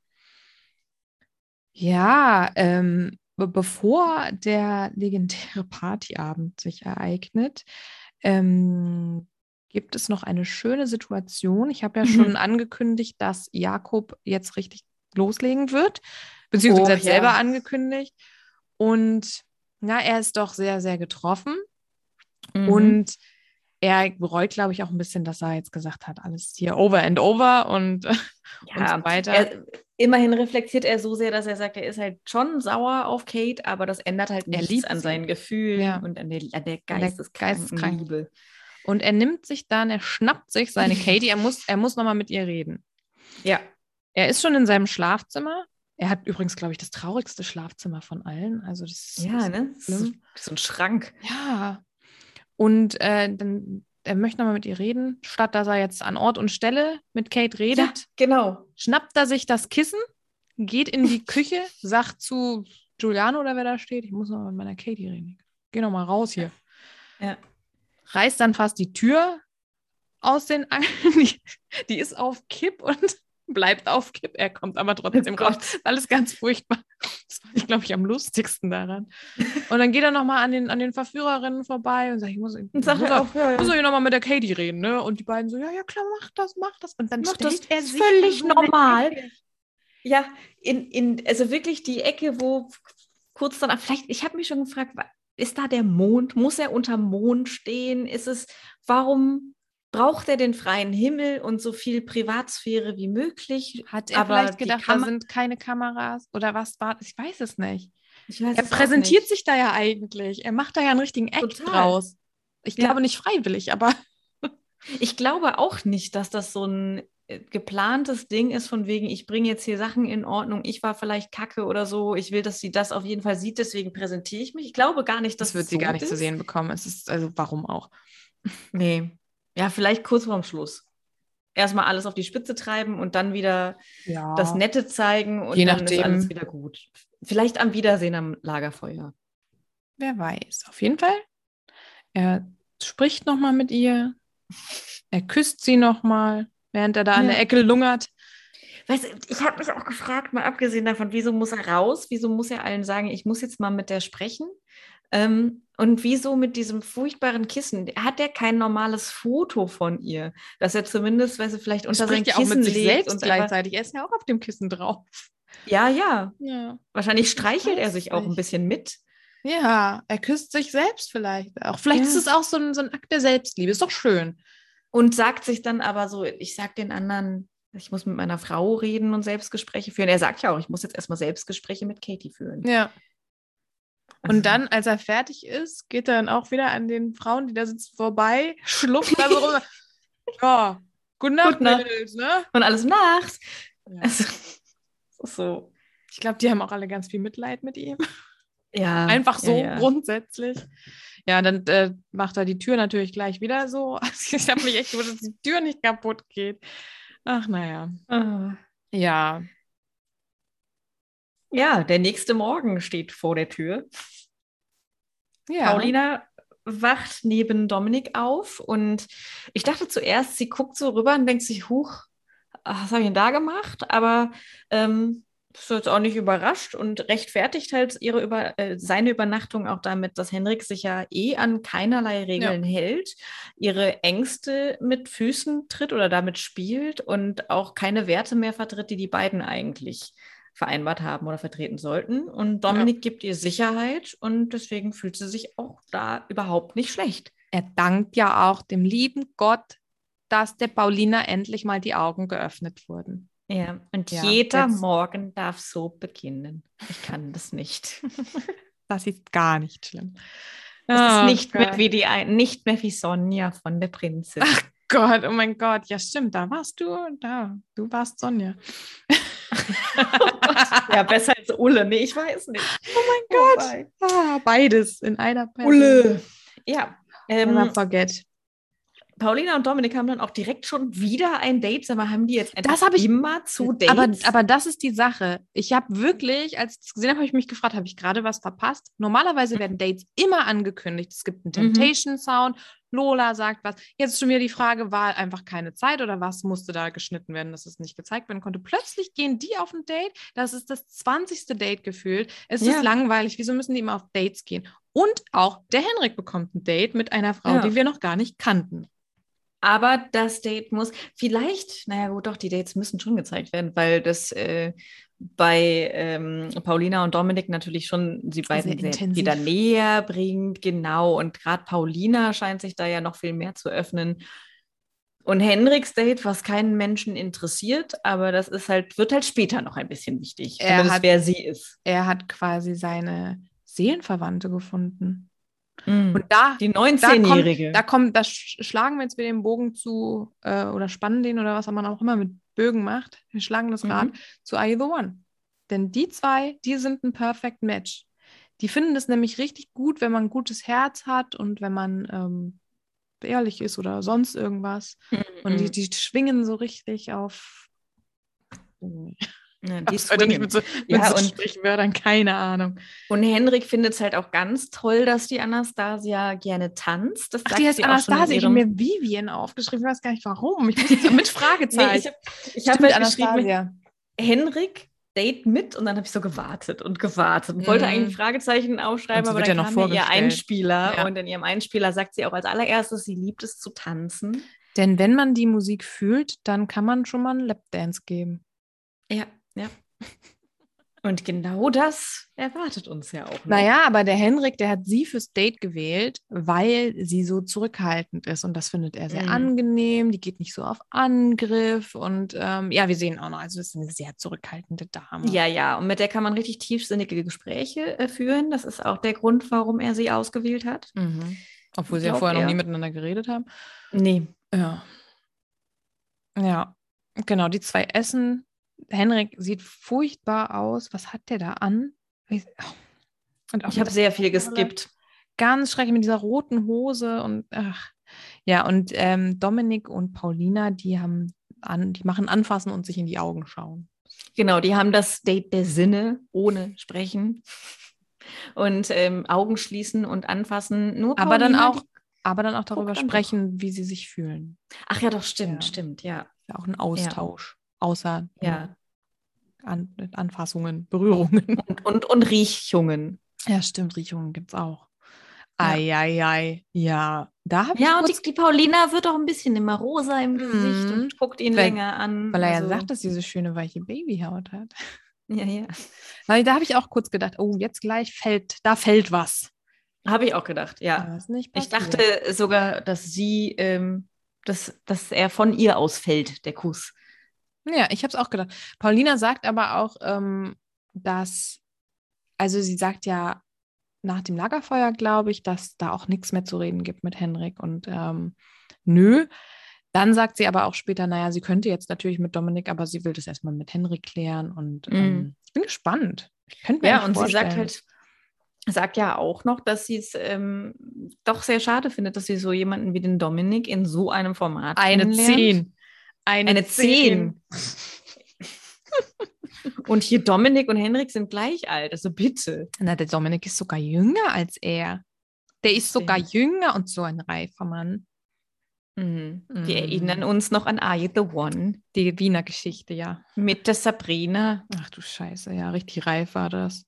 Ja, ähm, be bevor der legendäre Partyabend sich ereignet, ähm, gibt es noch eine schöne Situation. Ich habe ja
Mhm.
schon angekündigt, dass Jakob jetzt richtig loslegen wird, beziehungsweise
Oh,
hat
ja.
selber angekündigt. Und na, er ist doch sehr, sehr getroffen.
Mhm.
Und er bereut, glaube ich, auch ein bisschen, dass er jetzt gesagt hat, alles hier over and over und, und so weiter.
Er, immerhin reflektiert er so sehr, dass er sagt, er ist halt schon sauer auf Kate, aber das ändert halt
Er
nichts
liebt
an
sie.
seinen Gefühlen
Ja.
und an der, an der
der
geisteskranken
geisteskranken
Liebe.
und er nimmt sich dann, er schnappt sich seine Katie, er muss, er muss nochmal mit ihr reden.
Ja.
Er ist schon in seinem Schlafzimmer. Er hat übrigens, glaube ich, das traurigste Schlafzimmer von allen. Also das ist
Ja, ne? So,
schlimm.
so ein Schrank.
Ja. Und äh, dann, er möchte nochmal mit ihr reden. Statt dass er jetzt an Ort und Stelle mit Kate redet,
genau.
schnappt er sich das Kissen, geht in die Küche, sagt zu Giuliano oder wer da steht, ich muss noch mal mit meiner Katie reden. Geh noch mal raus hier.
Ja.
Reißt dann fast die Tür aus den Angeln. Die, die ist auf Kipp und bleibt auf Kipp. Er kommt aber trotzdem
Oh
raus. Alles ganz furchtbar. Das fand ich, glaube ich, am lustigsten daran. Und dann geht er noch mal an den, an den Verführerinnen vorbei und sagt, ich muss, ich
Und
muss,
sagt er
auch,
auch, ja, ja.
muss ich noch mal mit der Katie reden. Ne? Und die beiden so, ja, ja, klar, mach das, mach das. Und dann
Mach das,
stellt er
ist
sich
völlig
in so eine
normal.
Ecke.
Ja, in, in, also wirklich die Ecke, wo kurz danach, vielleicht, ich habe mich schon gefragt, wa- ist da der Mond? Muss er unter Mond stehen? Ist es, warum braucht er den freien Himmel und so viel Privatsphäre wie möglich?
Hat er
Aber
vielleicht
die
gedacht, da
Kam-
sind keine Kameras oder was war Ich weiß es nicht.
Ich weiß
Er
es auch
präsentiert
nicht.
sich da ja eigentlich. Er macht da ja einen richtigen Act
Total.
draus. Ich
Ja.
glaube nicht freiwillig, aber
Ich glaube auch nicht, dass das so ein äh, geplantes Ding ist von wegen, ich bringe jetzt hier Sachen in Ordnung, ich war vielleicht kacke oder so, ich will, dass sie das auf jeden Fall sieht, deswegen präsentiere ich mich. Ich glaube gar nicht, dass
Das wird
es
sie
so
gar nicht zu
ist.
sehen bekommen. Es ist, also warum auch?
Nee. Ja, vielleicht kurz vorm Schluss. Erstmal alles auf die Spitze treiben und dann wieder
Ja.
das Nette zeigen und
Je
dann ist
nachdem.
alles wieder gut. Vielleicht am Wiedersehen am Lagerfeuer.
Wer weiß. Auf jeden Fall. Er spricht nochmal mit ihr. Er küsst sie nochmal, während er da an
Ja.
der Ecke lungert.
Weißt du, ich habe mich auch gefragt, mal abgesehen davon, wieso muss er raus? Wieso muss er allen sagen, ich muss jetzt mal mit der sprechen? Ähm, und wieso mit diesem furchtbaren Kissen? Hat er kein normales Foto von ihr? Dass er zumindest, weißt du, vielleicht unter sein
spricht ja
Kissen
auch mit sich
legt
selbst
und einfach,
gleichzeitig. Er ist ja auch auf dem Kissen drauf.
Ja, ja.
Ja.
Wahrscheinlich streichelt er
weiß
sich auch ein
nicht.
bisschen mit.
Ja, er küsst sich selbst vielleicht auch. Vielleicht
Ja.
ist es auch so ein, so ein Akt der Selbstliebe. Ist doch schön.
Und sagt sich dann aber so, ich sag den anderen, ich muss mit meiner Frau reden und Selbstgespräche führen. Er sagt ja auch, ich muss jetzt erstmal Selbstgespräche mit Katie führen.
Ja. Und dann, als er fertig ist, geht er dann auch wieder an den Frauen, die da sitzen, vorbei, schlupft da so rum. Ja, gute Nacht,
Gute Nacht.
Mädels, ne?
Und alles nachts.
Ja.
Also, das ist so.
Ich glaube, die haben auch alle ganz viel Mitleid mit ihm.
Ja.
Einfach so
Ja, ja.
grundsätzlich. Ja, dann äh, macht er die Tür natürlich gleich wieder so. Also Ich habe mich echt gewundert, dass die Tür nicht kaputt geht. Ach, naja.
Ah.
Ja.
ja, der nächste Morgen steht vor der Tür.
ja.
Paulina wacht neben Dominik auf und ich dachte zuerst, sie guckt so rüber und denkt sich, huch, was habe ich denn da gemacht? Aber ähm, ist jetzt auch nicht überrascht und rechtfertigt halt ihre Über äh, seine Übernachtung auch damit, dass Henrik sich ja eh an keinerlei Regeln hält, ihre Ängste mit Füßen tritt oder damit spielt und auch keine Werte mehr vertritt, die die beiden eigentlich vereinbart haben oder vertreten sollten. Und Dominik gibt ihr Sicherheit und deswegen fühlt sie sich auch da überhaupt nicht schlecht.
Er dankt ja auch dem lieben Gott, dass der Paulina endlich mal die Augen geöffnet wurden.
Ja, und
Ja,
jeder
jetzt-
Morgen darf so beginnen. Ich kann das nicht.
Das ist gar nicht schlimm.
Es
Oh
ist nicht mehr,
Gott.
wie die, ein- nicht mehr wie Sonja von der Prinzessin.
Gott, oh mein Gott, ja stimmt, da warst du, da, du warst Sonja.
Oh Ja, besser als Ulle. Nee, ich weiß nicht.
Oh
Oh
Gott. Ah, beides in einer Person.
Ja.
Never
Ähm,
forget.
Paulina und Dominik haben dann auch direkt schon wieder ein Date. Sag mal, haben die jetzt einfach
Das hab ich-
immer zu Dates?
Aber, aber das ist die Sache. Ich habe wirklich, als ich das gesehen habe, habe ich mich gefragt, habe ich gerade was verpasst? Normalerweise werden Dates immer angekündigt. Es gibt einen
Mhm.
Temptation-Sound, Lola sagt was. Jetzt ist schon wieder die Frage, war einfach keine Zeit oder was musste da geschnitten werden, dass es nicht gezeigt werden konnte. Plötzlich gehen die auf ein Date. Das ist das 20. Date gefühlt. Es
Ja.
ist langweilig. Wieso müssen die immer auf Dates gehen? Und auch der Henrik bekommt ein Date mit einer Frau,
Ja.
die wir noch gar nicht kannten.
Aber das Date muss vielleicht, naja gut, doch, die Dates müssen schon gezeigt werden, weil das äh, bei ähm, Paulina und Dominik natürlich schon sie beiden sehr,
intensiv.
wieder näher bringt, genau. Und gerade Paulina scheint sich da ja noch viel mehr zu öffnen. Und Henriks Date, was keinen Menschen interessiert, aber das ist halt, wird halt später noch ein bisschen wichtig,
Er
zumindest
hat-
wer sie ist.
Er hat quasi seine Seelenverwandte gefunden.
Mhm.
Und da,
Die 19-Jährige.
da kommt, da sch- schlagen wir jetzt wieder den Bogen zu äh, oder spannen den oder was man auch immer mit Bögen macht. Wir schlagen
Mhm.
das Rad zu Are You the One. Denn die zwei, die sind ein Perfect Match. Die finden es nämlich richtig gut, wenn man ein gutes Herz hat und wenn man ähm, ehrlich ist oder sonst irgendwas.
Mhm.
Und die, die schwingen so richtig auf. Ich
ja, Mhm. die
hab's heute nicht
swingen.
mit so, mit
Ja,
so
und-
Sprichwörtern, keine Ahnung.
Und Henrik findet es halt auch ganz toll, dass die Anastasia gerne tanzt. Das
Ach,
sagt
die heißt
sie auch schon in
Anastasia. Ich habe
ihrem-
mir Vivian aufgeschrieben. Ich weiß gar nicht warum. Ich muss jetzt mit Fragezeichen.
Nee, ich habe ich hab
Stimmt,
halt geschrieben,
Anastasia.
Henrik, Date mit. Und dann habe ich so gewartet und gewartet. Und wollte
Mhm.
eigentlich Fragezeichen
Und
aufschreiben,
sie
aber
wird
dann
ja noch
kam mir ihr
vorgestellt.
Einspieler.
Ja.
Und in ihrem Einspieler sagt sie auch als allererstes, sie liebt es zu tanzen.
Denn wenn man die Musik fühlt, dann kann man schon mal einen Lapdance geben.
Ja, ja. Und genau das erwartet uns ja auch. noch.
Naja, aber der Henrik, der hat sie fürs Date gewählt, weil sie so zurückhaltend ist. Und das findet er sehr
Mhm.
angenehm. Die geht nicht so auf Angriff. Und ähm, ja, wir sehen auch noch, also es ist eine sehr zurückhaltende Dame.
Ja, ja, und mit der kann man richtig tiefsinnige Gespräche äh, führen. Das ist auch der Grund, warum er sie ausgewählt hat.
Mhm. Obwohl sie ja
Glaubt
vorher noch
er.
nie miteinander geredet haben.
Nee,
Ja. Ja. Genau, die zwei essen. Henrik sieht furchtbar aus. Was hat der da an? Ich, und auch
Ich habe
mit-
sehr viel geskippt.
ganz schrecklich mit dieser roten Hose und ach. Ja, und ähm, Dominik und Paulina, die haben an, die machen anfassen und sich in die Augen schauen.
Genau, die haben das Date der Sinne ohne Sprechen und ähm, Augen schließen und anfassen. Nur
Aber dann
Paulina,
auch, aber dann auch darüber
guckt dann
sprechen, wie sie sich fühlen.
Die, ach ja, doch, stimmt,
Ja.
stimmt, ja.
Ja, Auch ein Austausch. Außer
ja.
An, Anfassungen, Berührungen.
Und, und, und Riechungen.
Ja, stimmt, Riechungen gibt es auch.
Ja.
Ei, ei, ei. Ja, da habe
Ja,
ich
und
kurz,
die, die Paulina wird auch ein bisschen immer rosa im Gesicht
Mhm.
und guckt ihn
Weil-
länger an.
weil er ja
also-
sagt, dass diese schöne weiche Babyhaut hat.
Ja, ja.
Weil da habe ich auch kurz gedacht, oh, jetzt gleich fällt, da fällt was.
Habe ich auch gedacht, ja.
Aber ist nicht
Ich
passiert.
dachte sogar, dass sie, ähm, dass, dass er von ihr ausfällt, der Kuss.
Ja, ich habe es auch gedacht. Paulina sagt aber auch, ähm, dass, also sie sagt ja nach dem Lagerfeuer, glaube ich, dass da auch nichts mehr zu reden gibt mit Henrik und ähm, nö. Dann sagt sie aber auch später, naja, sie könnte jetzt natürlich mit Dominik, aber sie will das erstmal mit Henrik klären und ähm, ich bin gespannt. Ich könnte mir
Mhm. Ja,
eigentlich
und sie sagt
vorstellen-
halt, sagt ja auch noch, dass sie es ähm, doch sehr schade findet, dass sie so jemanden wie den Dominik in so einem Format
eine
kennenlernt.
10. Eine,
Eine
Zehn.
10. und hier Dominik und Henrik sind gleich alt, also bitte.
Na, der Dominik ist sogar jünger als er. Der ist sogar
Stimmt.
jünger und so ein reifer Mann. Mhm.
Wir erinnern uns noch an Are You the One
Die Wiener Geschichte, ja.
mit der Sabrina.
Ach du Scheiße, ja, richtig reif war das.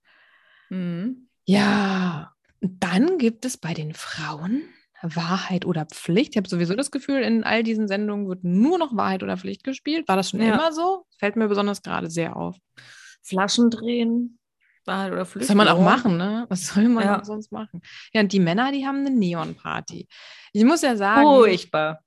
Mhm.
Ja, und dann gibt es bei den Frauen Wahrheit oder Pflicht. Ich habe sowieso das Gefühl, in all diesen Sendungen wird nur noch Wahrheit oder Pflicht gespielt. War das schon
Ja.
immer so? Fällt mir besonders gerade sehr auf.
Flaschen drehen. Wahrheit oder Pflicht.
Was soll man auch
ja.
machen, ne? Was soll man
Ja.
auch sonst machen? Ja, und die Männer, die haben eine Neonparty. Ich muss ja sagen,
Furchtbar.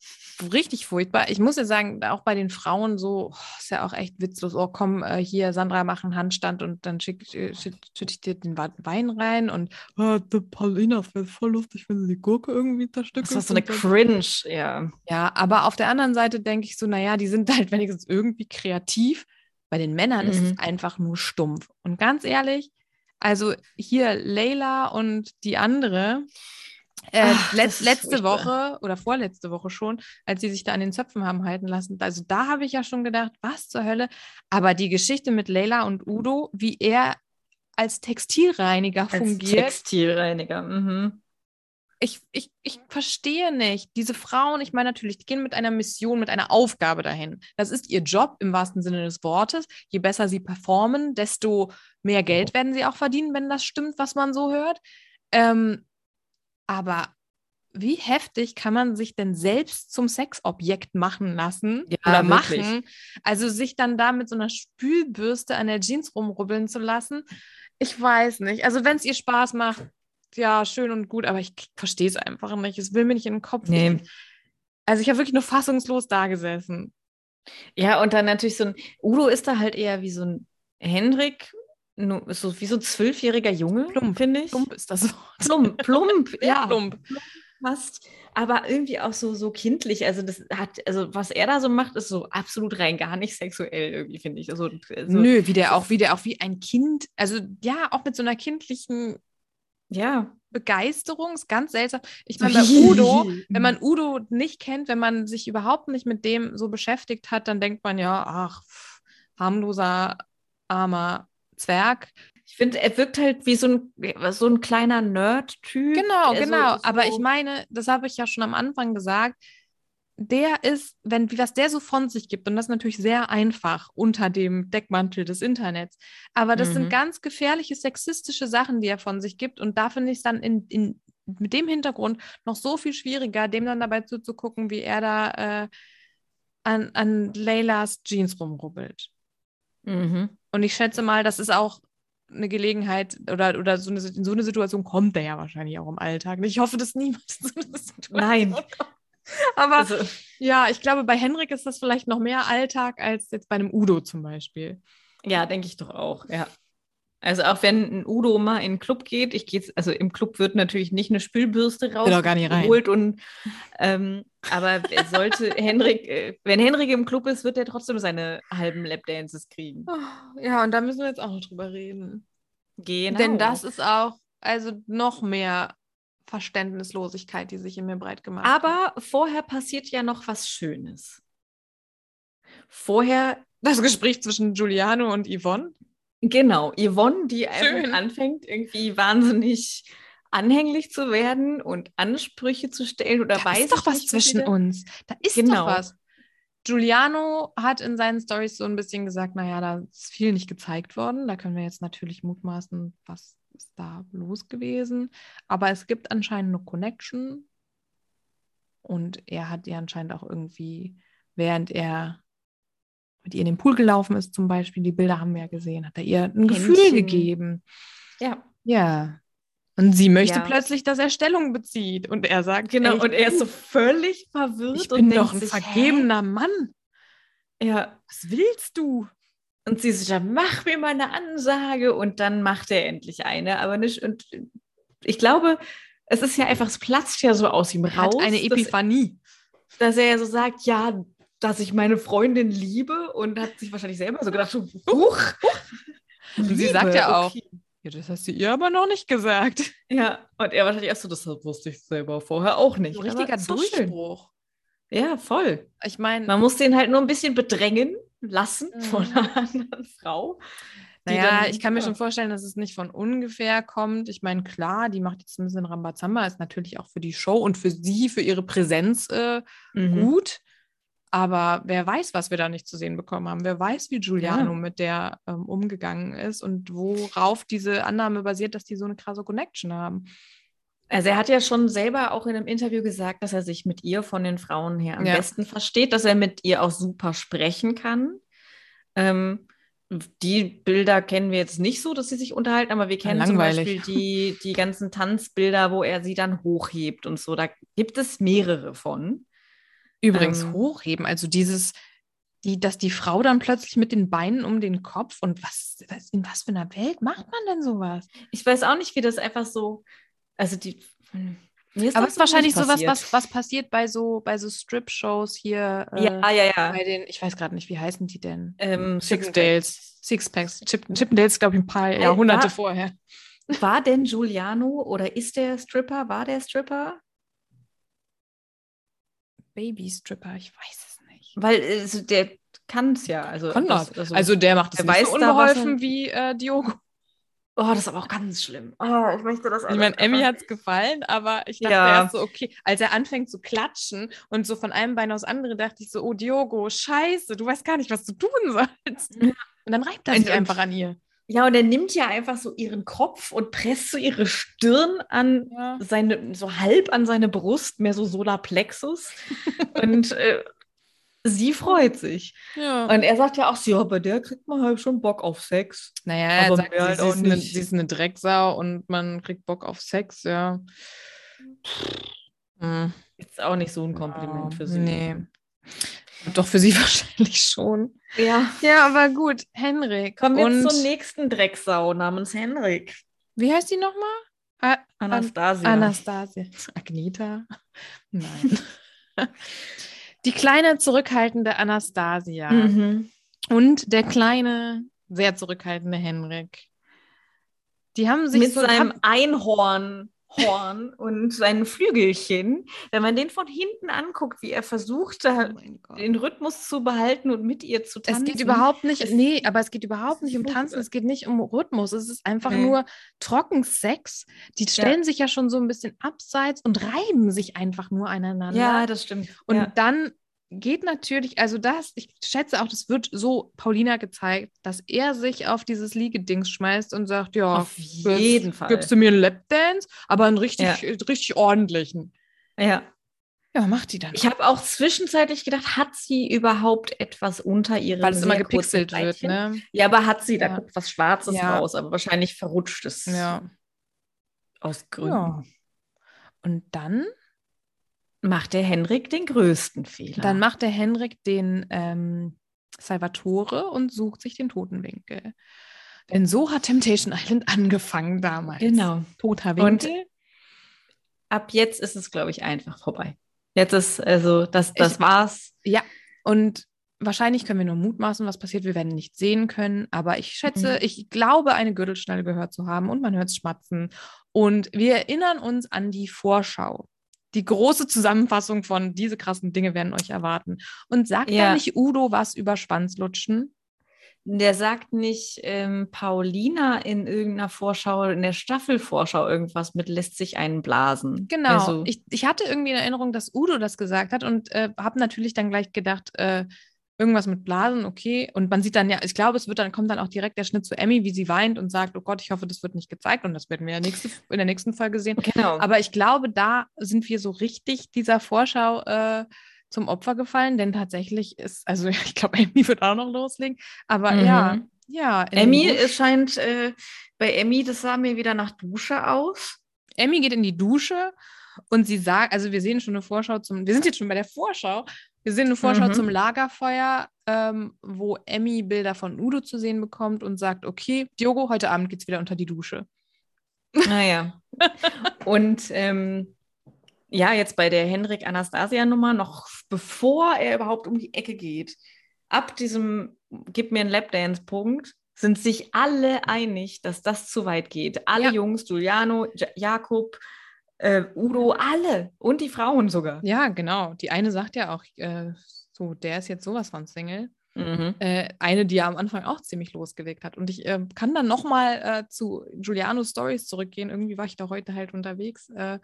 richtig furchtbar. Ich muss ja sagen, auch bei den Frauen so, oh, ist ja auch echt witzlos. Oh, komm, äh, hier, Sandra, mach einen Handstand und dann schicke schütte ich dir den Wa- Wein rein und Oh. ah, die Paulina, es wäre voll lustig, wenn sie die Gurke irgendwie zerstückelt.
Das war so eine
und dann-
Cringe, ja.
ja, aber auf der anderen Seite denke ich so, naja, die sind halt wenigstens irgendwie kreativ. Bei den Männern ist es
Mhm.
einfach nur stumpf. Und ganz ehrlich, also hier Leila und die andere, äh,
Ach,
let
das ist
letzte
furchtbar.
Woche oder vorletzte Woche schon, als sie sich da an den Zöpfen haben halten lassen, also da habe ich ja schon gedacht, was zur Hölle. Aber die Geschichte mit Leila und Udo, wie er als Textilreiniger
Als
fungiert,
Textilreiniger. Mhm.
ich, ich, ich verstehe nicht. Diese Frauen, ich meine natürlich, die gehen mit einer Mission, mit einer Aufgabe dahin. Das ist ihr Job im wahrsten Sinne des Wortes. Je besser sie performen, desto mehr Geld werden sie auch verdienen, wenn das stimmt, was man so hört. Ähm, aber wie heftig kann man sich denn selbst zum Sexobjekt machen lassen
Ja,
oder
wirklich.
machen? Also sich dann da mit so einer Spülbürste an der Jeans rumrubbeln zu lassen, ich weiß nicht. Also wenn es ihr Spaß macht, ja, schön und gut, aber ich verstehe es einfach nicht. Es will mir nicht in den Kopf.
Nee.
Also ich habe wirklich nur fassungslos da gesessen.
Ja, und dann natürlich so ein Udo ist da halt eher wie so ein Hendrik, nu- so wie so ein zwölfjähriger Junge,
Plump.
finde ich.
Plump ist das Wort.
Plump, plump, ja,
Plump.
fast. Aber irgendwie auch so, so kindlich. Also, das hat, also was er da so macht, ist so absolut rein gar nicht sexuell, irgendwie, finde ich. Also, also,
Nö, wie der auch, wie der auch wie ein Kind. Also ja, auch mit so einer kindlichen
Ja.
Begeisterung. Ist ganz seltsam. Ich meine, bei Udo, wenn man Udo nicht kennt, wenn man sich überhaupt nicht mit dem so beschäftigt hat, dann denkt man ja, ach, pff, harmloser, armer Zwerg.
Ich finde, er wirkt halt wie so ein, so ein kleiner Nerd-Typ.
Genau,
der so-
genau.
Also, so-
Aber ich meine, das habe ich ja schon am Anfang gesagt. Der ist, wenn, wie was der so von sich gibt, und das natürlich sehr einfach unter dem Deckmantel des Internets. Aber das
Mhm.
sind ganz gefährliche sexistische Sachen, die er von sich gibt. Und da finde ich es dann in, in, mit dem Hintergrund noch so viel schwieriger, dem dann dabei zuzugucken, wie er da äh, an, an Leylas Jeans rumrubbelt.
Mhm.
Und ich schätze mal, das ist auch eine Gelegenheit oder, oder so eine, in so eine Situation kommt der ja wahrscheinlich auch im Alltag. Ich hoffe, dass niemals so eine Situation
Nein.
kommt. Aber
Also,
ja, ich glaube, bei Henrik ist das vielleicht noch mehr Alltag als jetzt bei einem Udo zum Beispiel.
Ja, denke ich doch auch, ja. Also auch wenn ein Udo mal in den Club
Genau,
geht, ich gehe also im Club wird natürlich nicht eine Spülbürste
Will auch gar nicht rein.
rausgeholt und ähm, Aber er sollte Henrik, äh, wenn Henrik im Club ist, wird er trotzdem seine halben Lapdances kriegen.
Oh, Ja, und da müssen wir jetzt auch noch drüber reden.
Genau.
Denn das ist auch, also noch mehr Verständnislosigkeit, die sich in mir breit gemacht hat.
Aber vorher passiert ja noch was Schönes. Vorher,
das Gespräch zwischen Giuliano und Yvonne.
genau, Yvonne, die
Schön.
einfach anfängt, irgendwie wahnsinnig anhänglich zu werden und Ansprüche zu stellen oder
Da
weiß
ist doch
ich
was
nicht so
zwischen
wieder.
uns. Da ist
Genau.
doch was. Giuliano hat in seinen Stories so ein bisschen gesagt, naja, da ist viel nicht gezeigt worden. Da können wir jetzt natürlich mutmaßen, was ist da los gewesen. Aber es gibt anscheinend eine Connection. Und er hat ihr anscheinend auch irgendwie, während er mit ihr in den Pool gelaufen ist, zum Beispiel, die Bilder haben wir ja gesehen, hat er ihr ein Gefühl
Händchen.
gegeben.
Ja,
Ja.
Und sie möchte
Ja.
plötzlich, dass er Stellung bezieht. Und er sagt,
genau.
ey, ich
und er ist so völlig verwirrt
ich
und
bin
denkt
doch ein
sich, hä?
vergebener Mann.
Ja.
Was willst du?
Und sie so, dann mach mir mal eine Ansage und dann macht er endlich eine, aber nicht. Und ich glaube, es ist ja einfach, es platzt ja so aus ihm raus,
Hat eine
dass,
Epiphanie.
dass er ja so sagt, ja, dass ich meine Freundin liebe und hat sich wahrscheinlich selber so gedacht, so, huch.
Und sie sagt ja auch, ja, das hast du ihr aber noch nicht gesagt.
Ja, und er wahrscheinlich erst so, das wusste ich selber vorher auch nicht.
Ein
aber
richtiger
ist doch schön.
Durchbruch.
Ja, voll.
Ich meine,
Man muss den halt nur ein bisschen bedrängen lassen
Mhm.
von einer anderen Frau. die
naja,
dann-
ich kann mir
ja.
schon vorstellen, dass es nicht von ungefähr kommt. Ich meine, klar, die macht jetzt ein bisschen Rambazamba, ist natürlich auch für die Show und für sie, für ihre Präsenz äh,
Mhm.
gut. Aber wer weiß, was wir da nicht zu sehen bekommen haben. Wer weiß, wie Giuliano mit der ähm, umgegangen ist und worauf diese Annahme basiert, dass die so eine krasse Connection haben.
Also er hat ja schon selber auch in einem Interview gesagt, dass er sich mit ihr von den Frauen her am
Ja.
besten versteht, dass er mit ihr auch super sprechen kann. Ähm, die Bilder kennen wir jetzt nicht so, dass sie sich unterhalten, aber wir kennen zum
langweilig.
Beispiel die, die ganzen Tanzbilder, wo er sie dann hochhebt und so. Da gibt es mehrere von.
Übrigens
Ähm.
hochheben, also dieses, die, dass die Frau dann plötzlich mit den Beinen um den Kopf und was, was in was für einer Welt macht man denn sowas?
Ich weiß auch nicht, wie das einfach so. Also die. hm, Mir das
Aber es ist
noch nicht
wahrscheinlich sowas,
passiert.
was, was passiert bei so, bei so Strip-Shows hier. Äh,
Ja, ja, ja.
Bei den, ich weiß gerade nicht, wie heißen die denn?
Ähm,
Chippendales. Sixpacks. Chip, Chippendales, glaube ich, ein paar Jahrhunderte
war-
vorher.
War denn Giuliano oder ist der Stripper? War der Stripper?
Baby-Stripper, ich weiß es nicht.
Weil äh, so der kann es ja. Also,
Kann
das-
das. Also der macht es
Er
nicht
weiß
so
da, was
unbeholfen
er-
wie äh, Diogo.
oh, das ist aber auch ganz schlimm. Oh, ich möchte das
Ich meine, Emmy hat es gefallen, aber ich dachte
Ja.
erst so, okay, als er anfängt zu klatschen und so von einem Bein aufs andere, dachte ich so, oh Diogo, scheiße, du weißt gar nicht, was du tun sollst.
Ja.
Und dann reibt er
Und-
sich einfach an ihr.
Ja, und er nimmt ja einfach so ihren Kopf und presst so ihre Stirn an
Ja.
seine, so halb an seine Brust, mehr so Solarplexus. und äh, sie freut sich. Und er sagt ja auch, so, ja, bei der kriegt man halt schon Bock auf Sex.
Naja, er
Aber
sagt,
mehr
sie,
halt
sie,
auch
ist eine,
nicht.
sie ist eine Drecksau und man kriegt Bock auf Sex, ja. Hm.
Ist auch nicht so ein Kompliment
Ja,
für sie.
Nee. Doch für sie wahrscheinlich schon.
Ja.
Ja, aber gut, Henrik.
Kommen wir
und
jetzt zur nächsten Drecksau namens Henrik.
wie heißt die nochmal? Ah,
Anastasia.
Anastasia. Agneta? Nein. die kleine, zurückhaltende Anastasia
Mhm.
und der kleine, sehr zurückhaltende Henrik. Die haben sich
mit
so
seinem Einhorn Horn und seinen Flügelchen. Wenn man den von hinten anguckt, wie er versucht,
Oh
da
mein Gott.
den Rhythmus zu behalten und mit ihr zu
Es
tanzen.
geht überhaupt nicht,
Es-
nee, aber es geht
es ist
überhaupt nicht um
so
Tanzen,
gut.
es geht nicht um Rhythmus, es ist einfach
Nee.
nur trocken Sex. Die stellen sich ja schon so ein bisschen abseits und reiben sich einfach nur aneinander.
Ja, das stimmt.
Und
ja.
dann geht natürlich, also das, ich schätze auch, das wird so Paulina gezeigt, dass er sich auf dieses Liegedings schmeißt und sagt, ja,
auf jeden
gibst,
Fall.
gibst du mir einen Lapdance, aber einen richtig, äh, richtig ordentlichen.
ja.
Ja, macht die dann.
Ich habe auch zwischenzeitlich gedacht, hat sie überhaupt etwas unter ihrem
Weil es immer
sehr kurzen
gepixelt wird,
Kleidchen?
ne?
Ja, aber hat sie, da
Ja.
guckt was Schwarzes
Ja.
raus, aber wahrscheinlich verrutscht es
Ja.
aus Gründen.
ja. Und dann
Macht der Henrik den größten Fehler.
Dann macht der Henrik den ähm, Salvatore und sucht sich den Totenwinkel. Denn so hat Temptation Island angefangen damals.
genau.
Toter
Und-
Winkel.
Ab jetzt ist es, glaube ich, einfach vorbei. Jetzt ist, also, das, das
Ich-
war's.
Und wahrscheinlich können wir nur mutmaßen, was passiert. Wir werden nicht sehen können, aber ich schätze,
Mhm.
ich glaube, eine Gürtelschnalle gehört zu haben und man hört es schmatzen. Und wir erinnern uns an die Vorschau. Die große Zusammenfassung von diese krassen Dinge werden euch erwarten. Und sagt da
Ja.
nicht Udo was über Schwanzlutschen?
Der sagt nicht ähm, Paulina in irgendeiner Vorschau, in der Staffelvorschau irgendwas mit, lässt sich einen blasen.
Genau.
Also,
Ich, ich hatte irgendwie in Erinnerung, dass Udo das gesagt hat und äh, habe natürlich dann gleich gedacht, äh, irgendwas mit Blasen, okay. Und man sieht dann ja, ich glaube, es wird dann, kommt dann auch direkt der Schnitt zu Emmy, wie sie weint und sagt, oh Gott, ich hoffe, das wird nicht gezeigt. Und das werden wir ja nächste, in der nächsten Folge sehen.
genau.
Aber ich glaube, da sind wir so richtig dieser Vorschau äh, zum Opfer gefallen, denn tatsächlich ist, also ich glaube, Emmy wird auch noch loslegen. Aber
Mhm.
ja, ähm, ja. in den
Emmy
Dusch-
es scheint, äh, bei Emmy, das sah mir wieder nach Dusche aus.
Emmy geht in die Dusche und sie sagt, also wir sehen schon eine Vorschau zum, wir sind jetzt schon bei der Vorschau, wir sehen eine Vorschau
Mhm.
zum Lagerfeuer, ähm, wo Emmy Bilder von Udo zu sehen bekommt und sagt, okay, Diogo, heute Abend geht's wieder unter die Dusche. Ah,
Naja. Und ähm, ja, jetzt bei der Henrik-Anastasia-Nummer, noch bevor er überhaupt um die Ecke geht, ab diesem Gib mir einen Lapdance-Punkt, sind sich alle einig, dass das zu weit geht. Alle
Ja.
Jungs, Giuliano, ja Jakob, äh, Udo, alle und die Frauen sogar.
Ja, genau. Die eine sagt ja auch, äh, so, der ist jetzt sowas von Single.
Mhm.
Äh, eine, die ja am Anfang auch ziemlich losgelegt hat. Und ich ähm, kann dann nochmal äh, zu Giulianos Stories zurückgehen. Irgendwie war ich da heute halt unterwegs. Äh,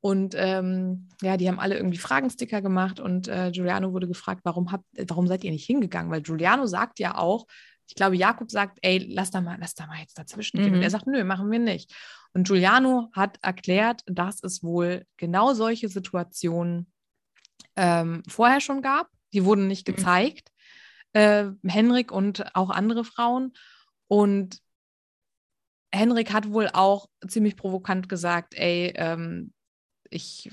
und ähm, ja, die haben alle irgendwie Fragensticker gemacht und äh, Giuliano wurde gefragt, warum, habt, äh, warum seid ihr nicht hingegangen? Weil Giuliano sagt ja auch, ich glaube, Jakob sagt, ey, lass da mal, lass da mal jetzt dazwischen gehen. Und
Mhm.
er sagt, nö, machen wir nicht. Und Giuliano hat erklärt, dass es wohl genau solche Situationen ähm, vorher schon gab. Die wurden nicht
Mhm.
gezeigt. Äh, Henrik und auch andere Frauen. Und Henrik hat wohl auch ziemlich provokant gesagt, ey, ähm, ich,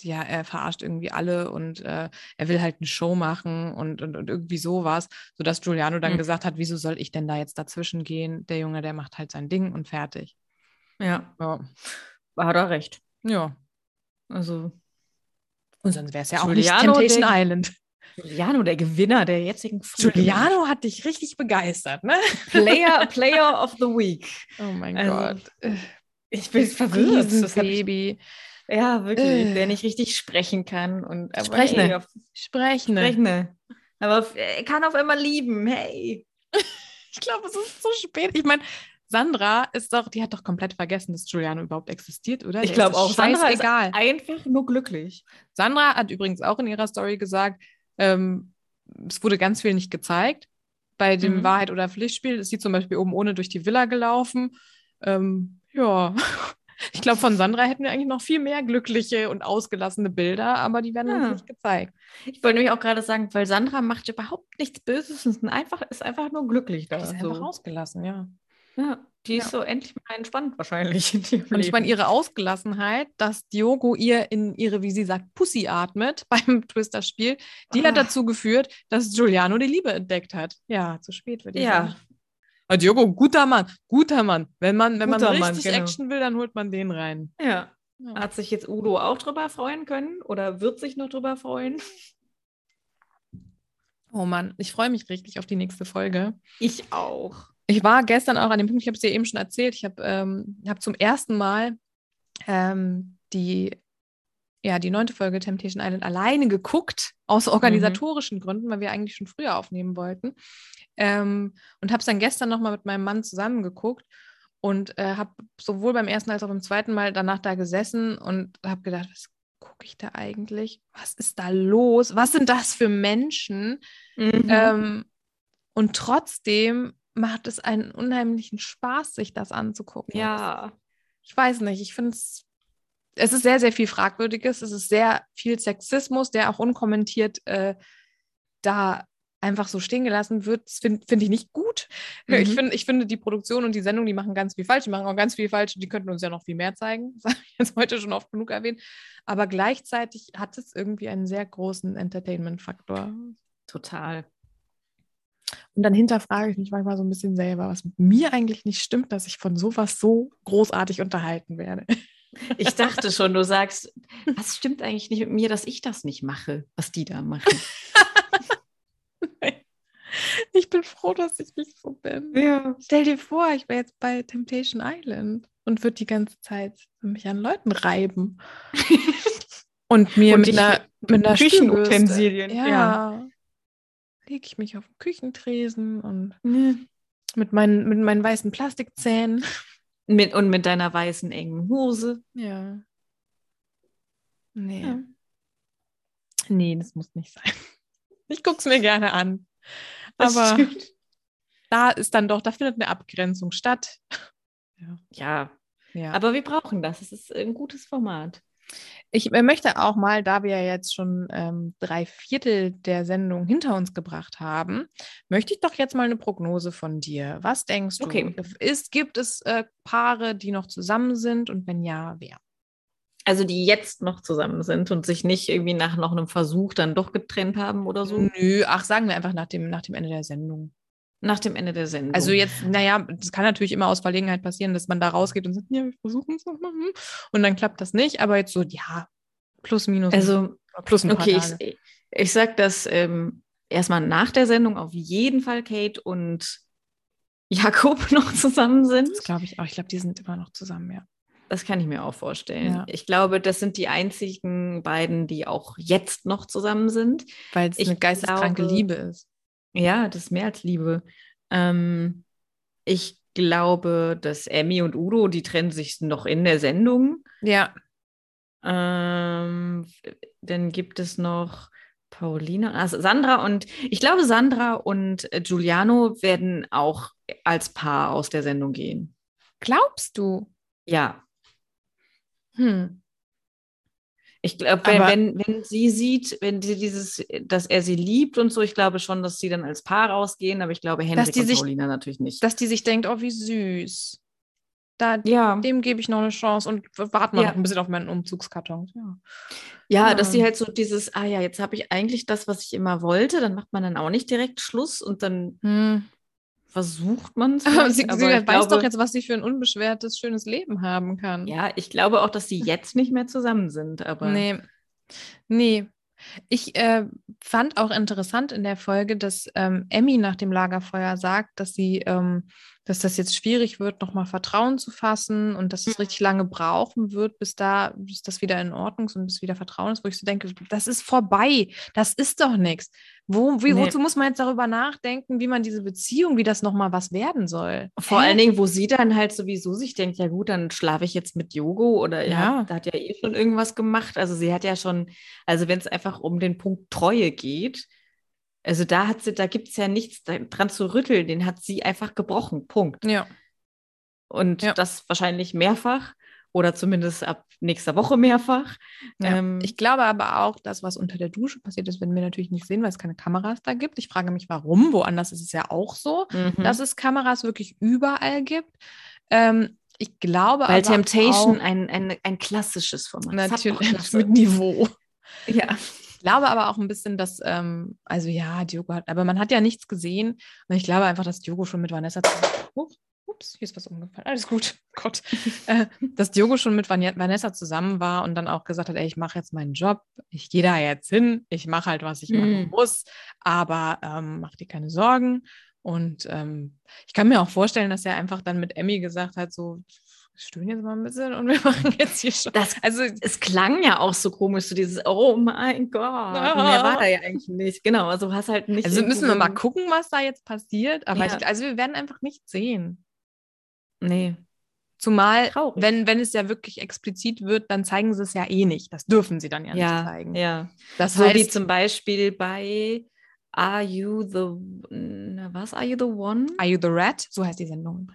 ja, er verarscht irgendwie alle und äh, er will halt eine Show machen und, und, und irgendwie sowas, sodass Giuliano dann
Mhm.
gesagt hat, wieso soll ich denn da jetzt dazwischen gehen? Der Junge, der macht halt sein Ding und fertig.
Ja,
Ja.
hat er recht.
ja.
Also
Und sonst wäre es ja auch
Giuliano,
nicht Temptation
der-
Island.
Giuliano, der Gewinner der jetzigen Folge.
Giuliano hat dich richtig begeistert, ne?
Player, Player of the Week.
Oh mein
Also,
Gott. Äh,
Ich bin verwirrt. Das hab ich
Baby.
Ja, wirklich,
Äh.
der nicht richtig sprechen kann und aber
Sprechne. Ne.
hey, auf,
Sprechende.
Sprechne. Aber auf, er kann auf einmal lieben, hey.
Ich glaube, es ist so spät. Ich meine, Sandra ist doch, die hat doch komplett vergessen, dass Giuliano überhaupt existiert, oder?
Ich
Der
glaub
ist
auch. Sandra ist-
Scheißegal.
Einfach nur glücklich.
Sandra hat übrigens auch in ihrer Story gesagt, ähm, es wurde ganz viel nicht gezeigt. Bei dem
Mhm.
Wahrheit- oder Pflichtspiel ist sie zum Beispiel oben ohne durch die Villa gelaufen. Ähm, ja, ich glaube, von Sandra hätten wir eigentlich noch viel mehr glückliche und ausgelassene Bilder, aber die werden
Ja.
uns nicht gezeigt.
Ich wollte nämlich auch gerade sagen, weil Sandra macht überhaupt nichts Böses und ist einfach, ist einfach nur glücklich da.
Die ist einfach
so.
ausgelassen, ja.
ja, die
Ja.
ist so endlich mal entspannt wahrscheinlich. In ihrem
Und ich meine,
Leben.
ihre Ausgelassenheit, dass Diogo ihr in ihre, wie sie sagt, Pussy atmet beim Twister-Spiel, die hat
Ah.
dazu geführt, dass Giuliano die Liebe entdeckt hat. Ja, zu spät würde ich
Ja.
sagen. Aber Diogo, guter Mann, guter Mann. Wenn man, wenn
Guter
man
Mann,
richtig
genau.
Action will, dann holt man den rein.
ja.
Ja.
Hat sich jetzt Udo auch drüber freuen können oder wird sich noch drüber freuen?
Oh Mann, ich freue mich richtig auf die nächste Folge.
Ich auch.
Ich war gestern auch an dem Punkt, ich habe es dir eben schon erzählt, ich habe ähm, hab zum ersten Mal ähm, die, ja, die neunte Folge Temptation Island alleine geguckt, aus organisatorischen Gründen, weil wir eigentlich schon früher aufnehmen wollten. Ähm, und habe es dann gestern nochmal mit meinem Mann zusammengeguckt und äh, habe sowohl beim ersten als auch beim zweiten Mal danach da gesessen und habe gedacht, was gucke ich da eigentlich? Was ist da los? Was sind das für Menschen?
Mhm.
Ähm, und trotzdem macht es einen unheimlichen Spaß, sich das anzugucken.
ja.
Ich weiß nicht, ich finde es. Es ist sehr, sehr viel Fragwürdiges. Es ist sehr viel Sexismus, der auch unkommentiert äh, da einfach so stehen gelassen wird. Das finde find ich nicht gut. Ich,
Mhm.
find, ich finde, die Produktion und die Sendung, die machen ganz viel falsch. Die machen auch ganz viel falsch. Die könnten uns ja noch viel mehr zeigen. Das habe ich jetzt heute schon oft genug erwähnt. Aber gleichzeitig hat es irgendwie einen sehr großen Entertainment-Faktor.
Total.
Und dann hinterfrage ich mich manchmal so ein bisschen selber, was mit mir eigentlich nicht stimmt, dass ich von sowas so großartig unterhalten werde.
Ich dachte schon, du sagst, was stimmt eigentlich nicht mit mir, dass ich das nicht mache, was die da machen?
Ich bin froh, dass ich nicht so bin.
Ja.
Stell dir vor, ich wäre jetzt bei Temptation Island und würde die ganze Zeit mich an Leuten reiben. und mir
Und
mit,
dich
einer,
mit
mit einer
Küchenutensilien,
Küchenutensilien. Ja. ja. Lege ich mich auf den Küchentresen und mit meinen, mit meinen weißen Plastikzähnen.
Mit, und mit deiner weißen engen Hose.
Ja. Nee.
Ja.
Nee, das muss nicht sein. Ich gucke es mir gerne an. Aber da ist dann doch, da findet eine Abgrenzung statt.
ja,
Ja.
aber wir brauchen das. Es ist ein gutes Format.
Ich äh, möchte auch mal, da wir ja jetzt schon ähm, drei Viertel der Sendung hinter uns gebracht haben, möchte ich doch jetzt mal eine Prognose von dir. Was denkst du?
Okay.
Ist, gibt es äh, Paare, die noch zusammen sind? Und wenn ja, wer?
Also die jetzt noch zusammen sind und sich nicht irgendwie nach noch einem Versuch dann doch getrennt haben oder so.
Also, Nö, ach, sagen wir einfach nach dem, nach dem Ende der Sendung.
Nach dem Ende der Sendung.
Also jetzt, naja, das kann natürlich immer aus Verlegenheit passieren, dass man da rausgeht und sagt, ja, wir versuchen es nochmal. hm. Und dann klappt das nicht. Aber jetzt so, ja, plus, minus.
Also,
plus ein paar
okay,
Tage.
ich, ich sag das ähm, erstmal nach der Sendung auf jeden Fall Kate und Jakob noch zusammen sind.
Das glaube ich auch. Ich glaube, die sind immer noch zusammen, ja.
Das kann ich mir auch vorstellen.
Ja.
Ich glaube, das sind die einzigen beiden, die auch jetzt noch zusammen sind.
Weil es
Ich
eine geisteskranke
glaube-
Liebe ist.
Ja, das ist mehr als Liebe. Ähm, ich glaube, dass Emmy und Udo, die trennen sich noch in der Sendung.
Ja,
Ähm, dann gibt es noch Paulina, also Sandra und ich glaube, Sandra und äh, Giuliano werden auch als Paar aus der Sendung gehen.
glaubst du?
Ja,
Hm.
ich glaube, wenn,
Aber-
wenn, wenn sie sieht, wenn sie dieses, dass er sie liebt und so, ich glaube schon, dass sie dann als Paar rausgehen, aber ich glaube, Henrik
die
und
sich-
Paulina natürlich nicht.
Dass die sich denkt, oh, wie süß. Da,
ja.
dem gebe ich noch eine Chance und warten wir
Ja.
noch ein bisschen auf meinen Umzugskarton. Ja.
Ja, dass sie
Ja.
halt so dieses, ah ja, jetzt habe ich eigentlich das, was ich immer wollte, dann macht man dann auch nicht direkt Schluss und dann versucht man es.
Hm. Aber sie, sie
aber
weiß
ich
doch
glaube-
jetzt, was sie für ein unbeschwertes, schönes Leben haben kann.
Ja, ich glaube auch, dass sie jetzt nicht mehr zusammen sind, aber
Hm. Nee. Nee. Ich äh, fand auch interessant in der Folge, dass ähm, Emmy nach dem Lagerfeuer sagt, dass sie, ähm, dass das jetzt schwierig wird, nochmal Vertrauen zu fassen und dass
Mhm.
es richtig lange brauchen wird, bis da, bis das wieder in Ordnung ist und bis wieder Vertrauen ist, wo ich so denke, das ist vorbei, das ist doch nichts. Wo, wie,
Nee.
Wozu muss man jetzt darüber nachdenken, wie man diese Beziehung, wie das nochmal was werden soll?
vor
Hä?
allen Dingen, wo sie dann halt sowieso sich denkt, ja gut, dann schlafe ich jetzt mit Yogo oder
Ja.
ja, da hat ja eh schon irgendwas gemacht. Also sie hat ja schon, also wenn es einfach um den Punkt Treue geht, also da hat sie, da gibt es ja nichts da- dran zu rütteln, den hat sie einfach gebrochen. Punkt.
Ja.
Und
Ja.
das wahrscheinlich mehrfach oder zumindest ab nächster Woche mehrfach.
Ja.
Ähm,
ich glaube aber auch, dass was unter der Dusche passiert ist, werden wir natürlich nicht sehen, weil es keine Kameras da gibt. Ich frage mich, warum. Woanders ist es ja auch so,
mhm.
dass es Kameras wirklich überall gibt. Ähm, ich glaube
Weil
aber
Temptation
auch,
ein, ein, ein klassisches Format ist. Hat doch
natürlich
Klasse.
mit Niveau.
Ja.
Ich glaube aber auch ein bisschen, dass, ähm, also ja, Diogo hat, aber man hat ja nichts gesehen. Und ich glaube einfach, dass Diogo schon mit Vanessa zusammen. Huch, ups, hier ist was umgefallen. Alles gut. Gott. äh, dass Diogo schon mit Vanja- Vanessa zusammen war und dann auch gesagt hat, ey, ich mache jetzt meinen Job, ich gehe da jetzt hin, ich mache halt, was ich machen
Mhm.
muss, aber ähm, mach dir keine Sorgen. Und ähm, ich kann mir auch vorstellen, dass er einfach dann mit Emmy gesagt hat, so, wir stöhnen jetzt mal ein bisschen und wir machen jetzt hier schon.
Das
Also
es klang ja auch so komisch, so dieses Oh mein Gott. Mehr war da ja eigentlich nicht. Genau, also du hast halt nicht.
Ah. Also
irgendwo
müssen wir
so-
mal gucken, was da jetzt passiert. Aber
Ja.
ich, also wir werden einfach nichts sehen.
Nee.
Zumal,
Traurig.
Äh, wenn, wenn es ja wirklich explizit wird, dann zeigen sie es ja eh nicht. Das dürfen sie dann ja,
Ja,
nicht zeigen.
ja.
Das
So wie
heißt,
zum Beispiel bei Are You the na, was? Are You the One?
Are You the Red? So heißt die Sendung übrigens.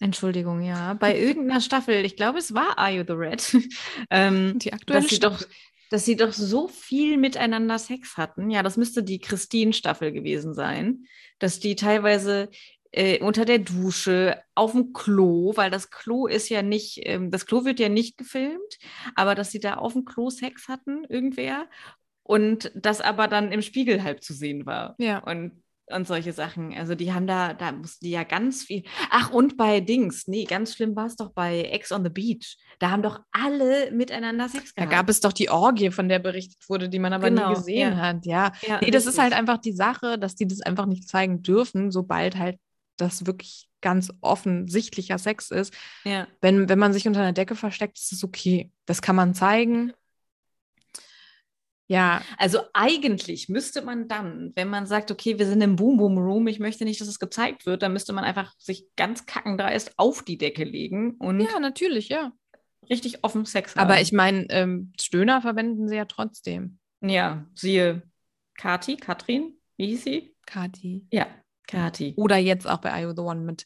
Entschuldigung, ja. Bei irgendeiner Staffel, ich glaube, es war Are You the Red. ähm,
Die aktuelle
dass sie doch, dass sie doch so viel miteinander Sex hatten. Ja, das müsste die Christine-Staffel gewesen sein, dass die teilweise äh, unter der Dusche, auf dem Klo, weil das Klo ist ja nicht, ähm, das Klo wird ja nicht gefilmt, aber dass sie da auf dem Klo Sex hatten, irgendwer, und das aber dann im Spiegel halb zu sehen war.
Ja.
Und und solche Sachen. Also die haben da, da mussten die ja ganz viel. Ach, und bei Dings, nee, ganz schlimm war es doch bei Ex on the Beach. Da haben doch alle miteinander Sex
Da
gehabt.
gab es doch die Orgie, von der berichtet wurde, die man aber
Genau,
nie gesehen
ja.
hat. Ja.
ja,
Nee, das ist
richtig.
halt einfach die Sache, dass die das einfach nicht zeigen dürfen, sobald halt das wirklich ganz offensichtlicher Sex ist.
Ja.
Wenn, wenn man sich unter einer Decke versteckt, ist es okay. Das kann man zeigen. Ja,
Also eigentlich müsste man dann, wenn man sagt, okay, wir sind im Boom Boom Room, ich möchte nicht, dass es gezeigt wird, dann müsste man einfach sich ganz kackendreist auf die Decke legen und
ja, natürlich, ja.
richtig offen Sex haben.
Aber ich meine, ähm, Stöhner verwenden sie ja trotzdem.
ja, siehe Kati, Katrin, wie hieß sie?
Kati.
Ja, Kati.
Oder jetzt auch bei I The One mit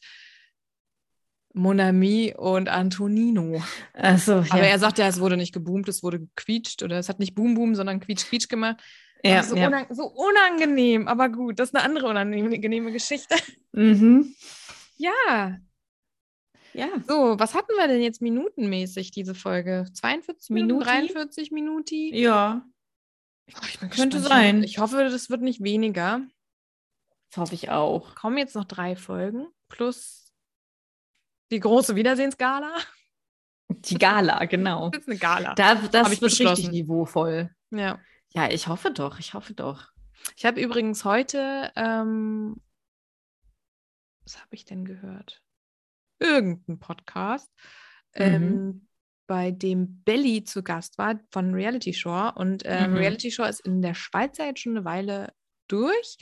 Monami und Antonino.
Also, ja.
Aber er sagt ja, es wurde nicht geboomt, es wurde gequietscht oder es hat nicht Boom Boom, sondern Quietsch Quietsch gemacht.
ja,
Ach, so,
ja.
unang so unangenehm, aber gut, das ist eine andere unangenehme Geschichte.
Mhm.
Ja,
ja.
so, was hatten wir denn jetzt minutenmäßig diese Folge? 42 Minuten,
Minuti?
43 Minuti?
Ja, Oh,
Ich bin
Könnte
gespannt.
sein.
Ich hoffe, das wird nicht weniger.
das hoffe ich auch.
Kommen jetzt noch drei Folgen plus die große Wiedersehensgala.
Die Gala, genau.
Das ist eine Gala.
Da, das
ich
wird richtig
beschlossen.
niveauvoll.
ja.
Ja, ich hoffe doch, ich hoffe doch.
Ich habe übrigens heute, ähm, was habe ich denn gehört? Irgendein Podcast, ähm, bei dem Belly zu Gast war von Reality Shore. Und ähm,
Mhm.
Reality Shore ist in der Schweiz ja jetzt schon eine Weile durch.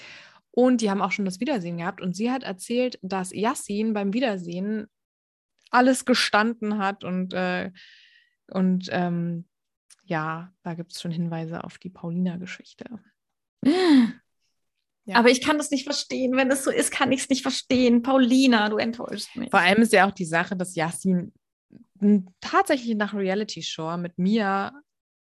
Und die haben auch schon das Wiedersehen gehabt. Und sie hat erzählt, dass Yassin beim Wiedersehen alles gestanden hat und, äh, und ähm, ja, da gibt es schon Hinweise auf die Paulina-Geschichte. Ja.
Aber ich kann das nicht verstehen. Wenn es so ist, kann ich es nicht verstehen. Paulina, du enttäuschst mich.
Vor allem ist ja auch die Sache, dass Yassin n- tatsächlich nach Reality Show mit Mia,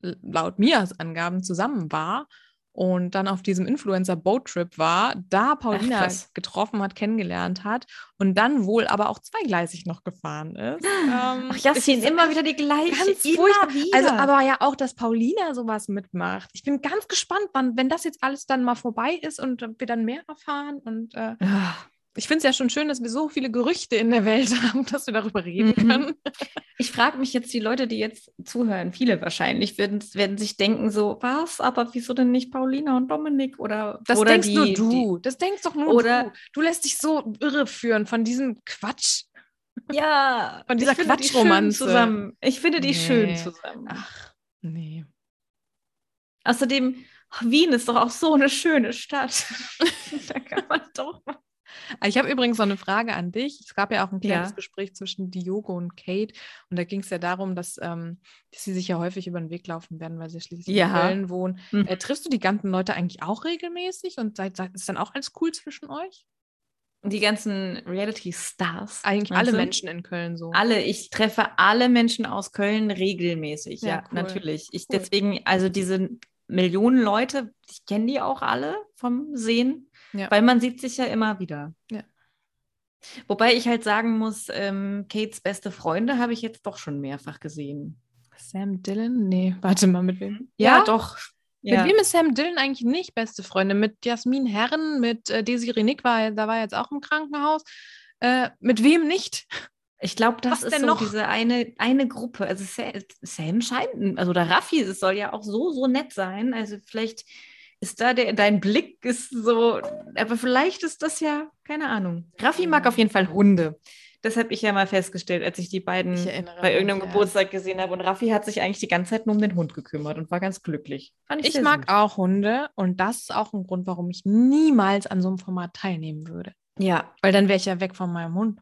l- laut Mias Angaben, zusammen war und dann auf diesem Influencer Boat Trip war, da Paulina
krass.
getroffen hat, kennengelernt hat und dann wohl aber auch zweigleisig noch gefahren ist. Ähm,
Ach, Jasmin,
es ist
immer wieder die gleiche.
ganz
immer
furchtbar.
wieder.
Also, aber ja auch, dass Paulina sowas mitmacht. Ich bin ganz gespannt, wann, wenn das jetzt alles dann mal vorbei ist und wir dann mehr erfahren und äh,
Ah.
ich finde es ja schon schön, dass wir so viele Gerüchte in der Welt haben, dass wir darüber reden
Mhm.
können.
Ich frage mich jetzt, die Leute, die jetzt zuhören, viele wahrscheinlich, werden, werden sich denken so, was, aber wieso denn nicht Paulina und Dominik? Oder,
Das
oder
denkst
die,
nur du. das denkst doch nur
Oder-
du. Du lässt dich so irreführen von diesem Quatsch.
Die, ja,
Von dieser
ich finde die schön
Quatschromanze.
zusammen. Ich finde die schön
Nee.
zusammen.
Ach, nee.
Außerdem, Wien ist doch auch so eine schöne Stadt. da kann man doch mal.
Ich habe übrigens noch eine Frage an dich. Es gab ja auch ein kleines
Ja.
Gespräch zwischen Diogo und Kate. Und da ging es ja darum, dass, ähm, dass sie sich ja häufig über den Weg laufen werden, weil sie schließlich in
Ja.
Köln wohnen.
Mhm.
Äh, triffst du die ganzen Leute eigentlich auch regelmäßig? Und seid, seid, ist dann auch alles cool zwischen euch?
Die ganzen Reality-Stars.
Eigentlich
meinst
alle
du?
Menschen in Köln so.
Alle, ich treffe alle Menschen aus Köln regelmäßig. Ja,
Ja, cool.
natürlich. Ich
Cool.
deswegen, also diese Millionen Leute, ich kenne die auch alle vom Sehen,
Ja.
weil man sieht sich ja immer wieder.
Ja.
Wobei ich halt sagen muss, ähm, Kates beste Freunde habe ich jetzt doch schon mehrfach gesehen.
Sam Dillon? Nee, warte mal, mit wem? Ja?
doch.
Mit
Ja.
wem ist Sam Dillon eigentlich nicht beste Freunde? Mit Jasmin Herren, mit äh, Desiree Nick war, da war er jetzt auch im Krankenhaus. Äh, mit wem nicht?
Ich glaube, das
Was
ist
denn
so
noch?
diese eine, eine Gruppe. Also Sa- Sam scheint, also der Raffi, es soll ja auch so, so nett sein. Also vielleicht ist da der, dein Blick ist so, aber vielleicht ist das ja, keine Ahnung. Raffi mag auf jeden Fall Hunde. Das habe ich ja mal festgestellt, als ich die beiden
erinnere
Hm, bei irgendeinem
mich, ja.
Geburtstag gesehen habe. Und Raffi hat sich eigentlich die ganze Zeit nur um den Hund gekümmert und war ganz glücklich. Fand
Ich
sehr
mag
süß.
auch Hunde und das ist auch ein Grund, warum ich niemals an so einem Format teilnehmen würde.
Ja,
Weil dann wäre ich ja weg von meinem Hund.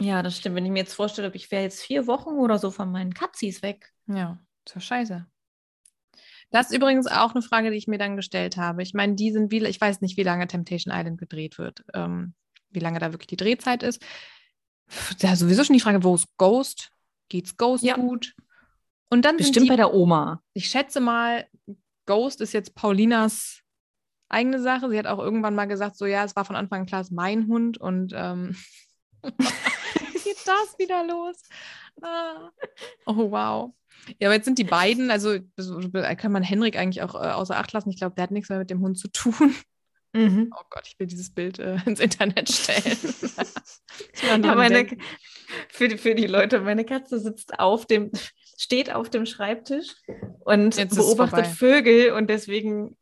ja, das stimmt. Wenn ich mir jetzt vorstelle, ich wäre jetzt vier Wochen oder so von meinen Katzis weg.
Ja, ist ja scheiße. Das ist übrigens auch eine Frage, die ich mir dann gestellt habe. Ich meine, die sind wie, ich weiß nicht, wie lange Temptation Island gedreht wird, ähm, wie lange da wirklich die Drehzeit ist. Da sowieso schon die Frage, wo ist Ghost? Geht's Ghost
Ja.
gut? Und dann sind
Bestimmt
die,
bei der Oma.
ich schätze mal, Ghost ist jetzt Paulinas eigene Sache. Sie hat auch irgendwann mal gesagt, so ja, es war von Anfang an klar, es ist mein Hund und ähm, was geht das wieder los? Ah. Oh wow. Ja, aber jetzt sind die äh, beiden, also das- kann man Henrik eigentlich auch äh, außer Acht lassen. Ich glaube, der hat nichts mehr mit dem Hund zu tun.
Mhm.
Oh Gott, ich will dieses Bild äh, ins Internet stellen. Dass wir an
Ja,
dran
meine,
denken.
für, die- für die Leute, meine Katze sitzt auf dem, steht auf dem Schreibtisch und
Jetzt ist es
beobachtet
vorbei.
Vögel und deswegen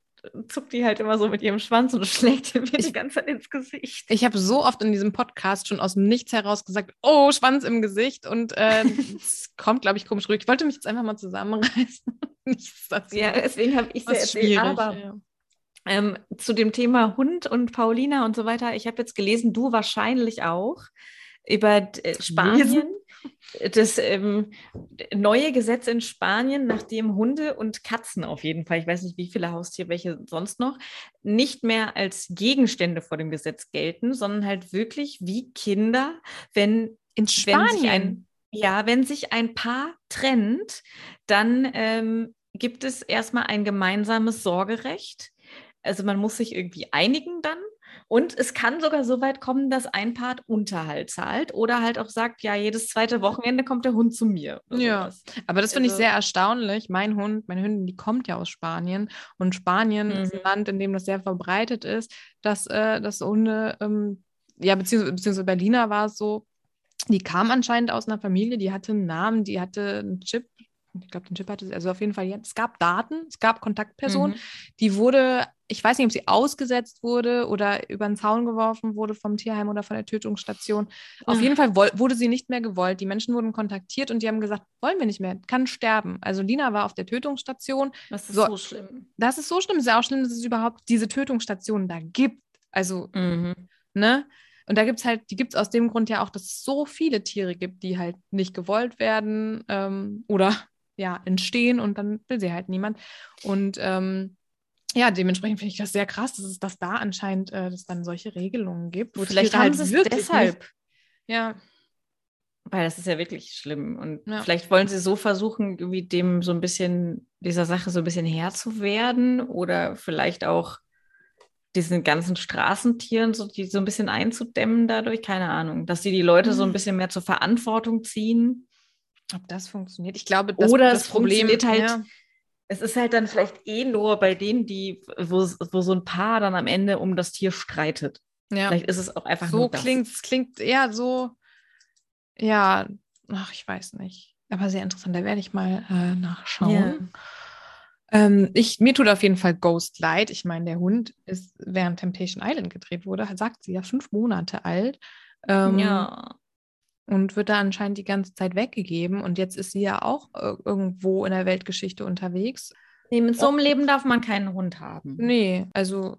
zuckt die halt immer so mit ihrem Schwanz und schlägt mir die
Ich-
ganze Zeit ins Gesicht.
ich habe so oft in diesem Podcast schon aus dem Nichts heraus gesagt, oh, Schwanz im Gesicht. Und äh, es kommt, glaube ich, komisch rüber. Ich wollte mich jetzt einfach mal zusammenreißen. Nichts dazu.
Ja, deswegen habe ich sie
das ist
erzählt.
schwierig.
Aber
ja.
Ähm, zu dem Thema Hund und Paulina und so weiter. Ich habe jetzt gelesen, du wahrscheinlich auch, über äh, Spanien. Das ähm, d- neue Gesetz in Spanien, nachdem Hunde und Katzen auf jeden Fall, ich weiß nicht, wie viele Haustiere, welche sonst noch, nicht mehr als Gegenstände vor dem Gesetz gelten, sondern halt wirklich wie Kinder, wenn
In
wenn sich
Spanien.
ein, ja, wenn sich ein Paar trennt, dann ähm, gibt es erstmal ein gemeinsames Sorgerecht. Also man muss sich irgendwie einigen dann. Und es kann sogar so weit kommen, dass ein Part Unterhalt zahlt oder halt auch sagt, ja, jedes zweite Wochenende kommt der Hund zu mir. oder
Ja.
sowas.
Aber das finde ich
Also-
sehr erstaunlich. Mein Hund, meine Hündin, die kommt ja aus Spanien. Und Spanien ist ein
Mhm.
Land, in dem das sehr verbreitet ist, dass, äh, dass Hunde, ähm, ja, beziehungsweise, beziehungsweise Berliner war es so, die kam anscheinend aus einer Familie, die hatte einen Namen, die hatte einen Chip. Ich glaube, den Chip hatte sie. Also auf jeden Fall, ja, es gab Daten, es gab Kontaktpersonen.
Mhm.
Die wurde, ich weiß nicht, ob sie ausgesetzt wurde oder über den Zaun geworfen wurde vom Tierheim oder von der Tötungsstation. Auf
Ah.
jeden Fall woll- wurde sie nicht mehr gewollt. Die Menschen wurden kontaktiert und die haben gesagt, wollen wir nicht mehr, kann sterben. Also Lina war auf der Tötungsstation.
Das ist
So.
so, schlimm.
Das ist so schlimm, es ist ja auch schlimm, dass es überhaupt diese Tötungsstationen da gibt. Also, ne? Und da gibt es halt, die gibt es aus dem Grund ja auch, dass es so viele Tiere gibt, die halt nicht gewollt werden ähm, oder ja, entstehen und dann will sie halt niemand. Und ähm, ja, dementsprechend finde ich das sehr krass, dass es das da anscheinend, äh, dass dann solche Regelungen gibt. wo
Vielleicht
Tiere
haben
halt
sie es
wirklich
deshalb.
Nicht, ja,
Weil das ist ja wirklich schlimm. Und
Ja.
vielleicht wollen sie so versuchen, irgendwie dem so ein bisschen, dieser Sache so ein bisschen Herr zu werden oder vielleicht auch diesen ganzen Straßentieren so, die so ein bisschen einzudämmen dadurch, keine Ahnung, dass sie die Leute so
Mhm.
ein bisschen mehr zur Verantwortung ziehen.
ob das funktioniert. Ich glaube, das,
Oder
das
es funktioniert halt-
ja.
Es ist halt dann vielleicht eh nur bei denen, die, wo, wo so ein Paar dann am Ende um das Tier streitet.
Ja.
Vielleicht ist es auch einfach
so
nur das.
klingt es, klingt eher so, ja, ach, ich weiß nicht. Aber sehr interessant, da werde ich mal äh, nachschauen. Ähm, ich, mir tut auf jeden Fall Ghost leid. Ich meine, der Hund ist, während Temptation Island gedreht wurde, sagt sie ja fünf Monate alt. Ähm,
Ja.
Und wird da anscheinend die ganze Zeit weggegeben. Und jetzt ist sie ja auch äh, irgendwo in der Weltgeschichte unterwegs.
Nee, mit so einem Leben darf man keinen Hund haben.
Nee, also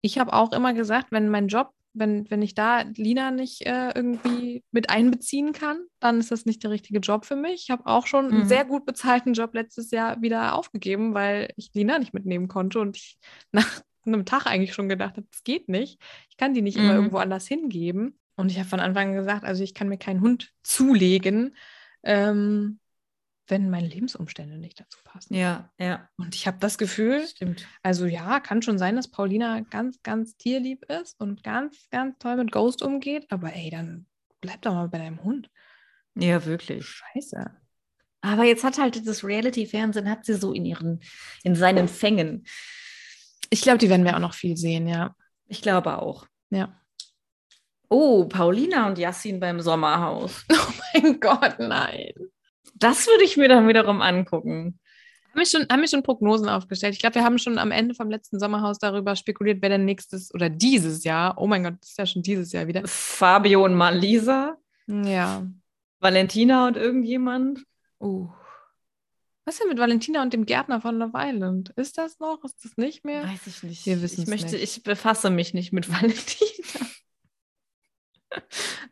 ich habe auch immer gesagt, wenn mein Job, wenn, wenn ich da Lina nicht äh, irgendwie mit einbeziehen kann, dann ist das nicht der richtige Job für mich. Ich habe auch schon einen
Mhm.
sehr gut bezahlten Job letztes Jahr wieder aufgegeben, weil ich Lina nicht mitnehmen konnte und ich nach einem Tag eigentlich schon gedacht habe, das geht nicht. Ich kann die nicht immer
Mhm.
irgendwo anders hingeben. Und ich habe von Anfang an gesagt, also ich kann mir keinen Hund zulegen, ähm, wenn meine Lebensumstände nicht dazu passen.
Ja, ja,
Und ich habe das Gefühl,
stimmt.
also ja, kann schon sein, dass Paulina ganz, ganz tierlieb ist und ganz, ganz toll mit Ghost umgeht, aber ey, dann bleib doch mal bei deinem Hund.
Ja, wirklich.
Scheiße.
Aber jetzt hat halt das Reality-Fernsehen, hat sie so in ihren, in seinen Fängen.
Ich glaube, die werden wir auch noch viel sehen, ja.
Ich glaube auch.
Ja.
Oh, Paulina und Yassin beim Sommerhaus.
Mein Gott, nein.
Das würde ich mir dann wiederum angucken.
Haben wir, schon, haben wir schon Prognosen aufgestellt? Ich glaube, wir haben schon am Ende vom letzten Sommerhaus darüber spekuliert, wer denn nächstes oder dieses Jahr, oh mein Gott, das ist ja schon dieses Jahr wieder.
Fabio und Malisa,
Ja.
Valentina und irgendjemand.
Uh. Was ist denn mit Valentina und dem Gärtner von Love Island? Ist das noch? Ist das nicht mehr?
Weiß ich nicht.
Wir wissen's
ich möchte,
nicht.
ich befasse mich nicht mit Valentina.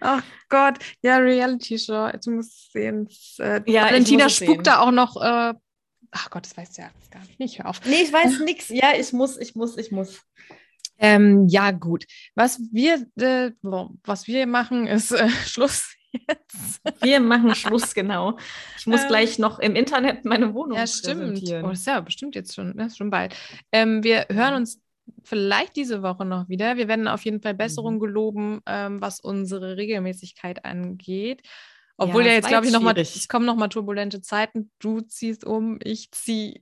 Ach Gott, ja, Reality-Show. Jetzt muss ich sehen. Es, äh,
Ja, ich
Valentina
muss es
spuckt
sehen.
da auch noch. Äh, ach Gott, das weiß ja alles gar nicht. Hör auf.
Nee, ich weiß nichts. Ja, ich muss, ich muss, ich muss.
Ähm, ja, gut. Was wir, äh, wo- was wir machen, ist äh, Schluss jetzt.
Wir machen Schluss, genau. Ich muss
Ähm.
gleich noch im Internet meine Wohnung
Ja, stimmt.
präsentieren.
Oh, ist ja bestimmt jetzt schon, das ist schon bald. Ähm, wir hören uns vielleicht diese Woche noch wieder. Wir werden auf jeden Fall Besserung
Mhm.
geloben, ähm, was unsere Regelmäßigkeit angeht. Obwohl
Ja,
ja,
es
jetzt,
war
glaube ich,
jetzt
nochmal,
schwierig.
es kommen nochmal turbulente Zeiten. Du ziehst um, ich ziehe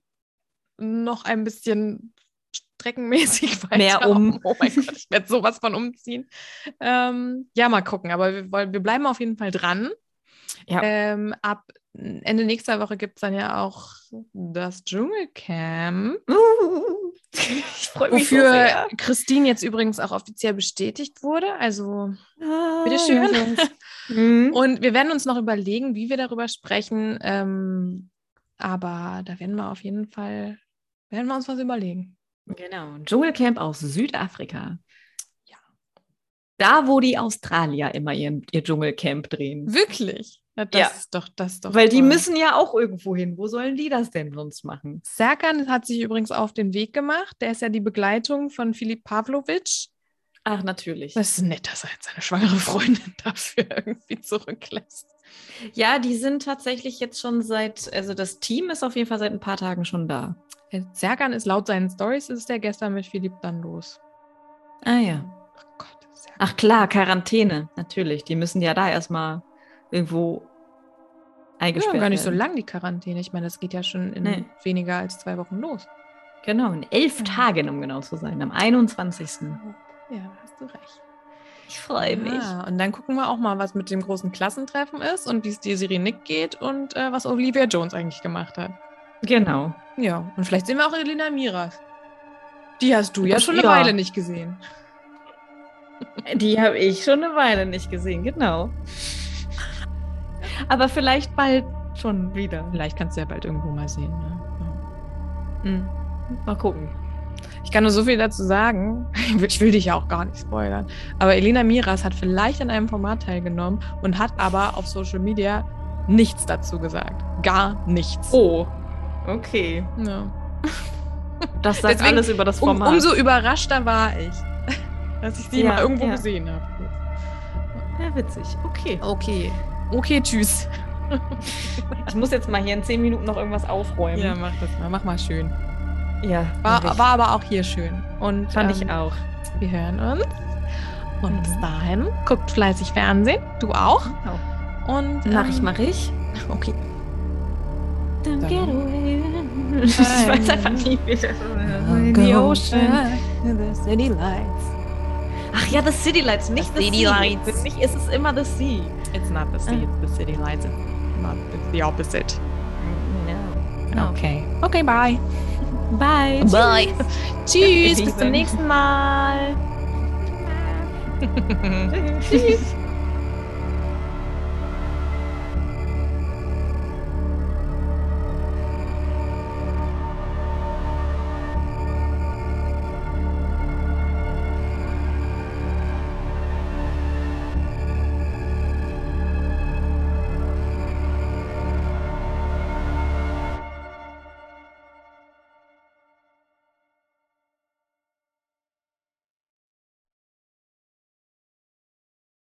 noch ein bisschen streckenmäßig weiter.
Mehr um.
Oh mein Gott, ich werde sowas von umziehen. Ähm, ja, mal gucken, aber wir, wollen- wir bleiben auf jeden Fall dran.
Ja.
Ähm, ab Ende nächster Woche gibt es dann ja auch das Dschungelcamp,
Ich freue
wofür Christine jetzt übrigens auch offiziell bestätigt wurde. Also
Oh,
Bitteschön.
Mhm.
Und wir werden uns noch überlegen, wie wir darüber sprechen. Ähm, aber da werden wir auf jeden Fall, werden wir uns was überlegen.
Genau, Dschungelcamp aus Südafrika.
Ja.
Da, wo die Australier immer ihren, ihr Dschungelcamp drehen.
Wirklich? Na, das
Ja.
ist doch, das ist doch.
Weil die
toll.
müssen ja auch irgendwo hin. Wo sollen die das denn sonst machen?
Serkan hat sich übrigens auf den Weg gemacht. Der ist ja die Begleitung von Filip Pavlovic.
Ach, natürlich.
Das ist nett, dass er jetzt seine schwangere Freundin dafür irgendwie zurücklässt.
Ja, die sind tatsächlich jetzt schon seit, also das Team ist auf jeden Fall seit ein paar Tagen schon da.
Äh, Serkan ist laut seinen Stories, ist er gestern mit Philipp dann los.
Ah ja.
Oh Gott, Serkan.
Ach klar, Quarantäne, natürlich. Die müssen ja da erstmal irgendwo
Ja,
eingesperrt
gar nicht so
werden.
lang die Quarantäne. Ich meine, das geht ja schon in
Nee.
weniger als zwei Wochen los.
Genau, in elf
Ja.
Tagen, um genau zu sein, am 21.
Ja, hast du recht.
Ich freue
Ja, und dann gucken wir auch mal, was mit dem großen Klassentreffen ist und wie es Desiree Nick geht und äh, was Olivia Jones eigentlich gemacht hat.
Genau.
Ja, und vielleicht sehen wir auch Elena Miras. Die hast du ja
Ach,
schon eine
ja.
Weile nicht gesehen.
Die habe ich schon eine Weile nicht gesehen, genau. Aber vielleicht bald schon wieder.
Vielleicht kannst du ja bald irgendwo mal sehen. Ne?
Hm. Mal gucken.
Ja. Ich kann nur so viel dazu sagen. Ich will- Ich will dich ja auch gar nicht spoilern. Aber Elena Miras hat vielleicht an einem Format teilgenommen und hat aber auf Social Media nichts dazu gesagt. Gar nichts.
Oh, okay.
Ja.
Das sagt
Deswegen,
alles über das
Um,
Format.
umso überraschter war ich, dass ich sie
Ja,
mal irgendwo
ja.
gesehen habe.
ja, witzig. Okay.
Okay. Okay, tschüss.
Ich muss jetzt mal hier in zehn Minuten noch irgendwas aufräumen.
Ja, mach das mal. Mach mal schön.
ja
Ähm. War,
mach ich.
war aber auch hier schön. Und
fand
ähm,
ich auch.
Wir hören uns. Und
Mhm.
bis dahin, guckt fleißig Fernsehen. Du auch.
Genau.
Und ähm,
Mach ich, mach ich.
Okay.
Dann
Dann-
get away. Ich weiß einfach nicht, wie das In the ocean.
The city lights.
Ach ja, The City Lights, nicht
The
The,
City
Sea.
Lights.
Für mich ist es immer The Sea.
It's not the sea,
Ah.
it's the city lights. It's not it's the opposite.
No.
Okay. Okay, bye.
Bye.
Bye. Tschüss,
Bis zum nächsten Mal.
Mal.
Tschüss.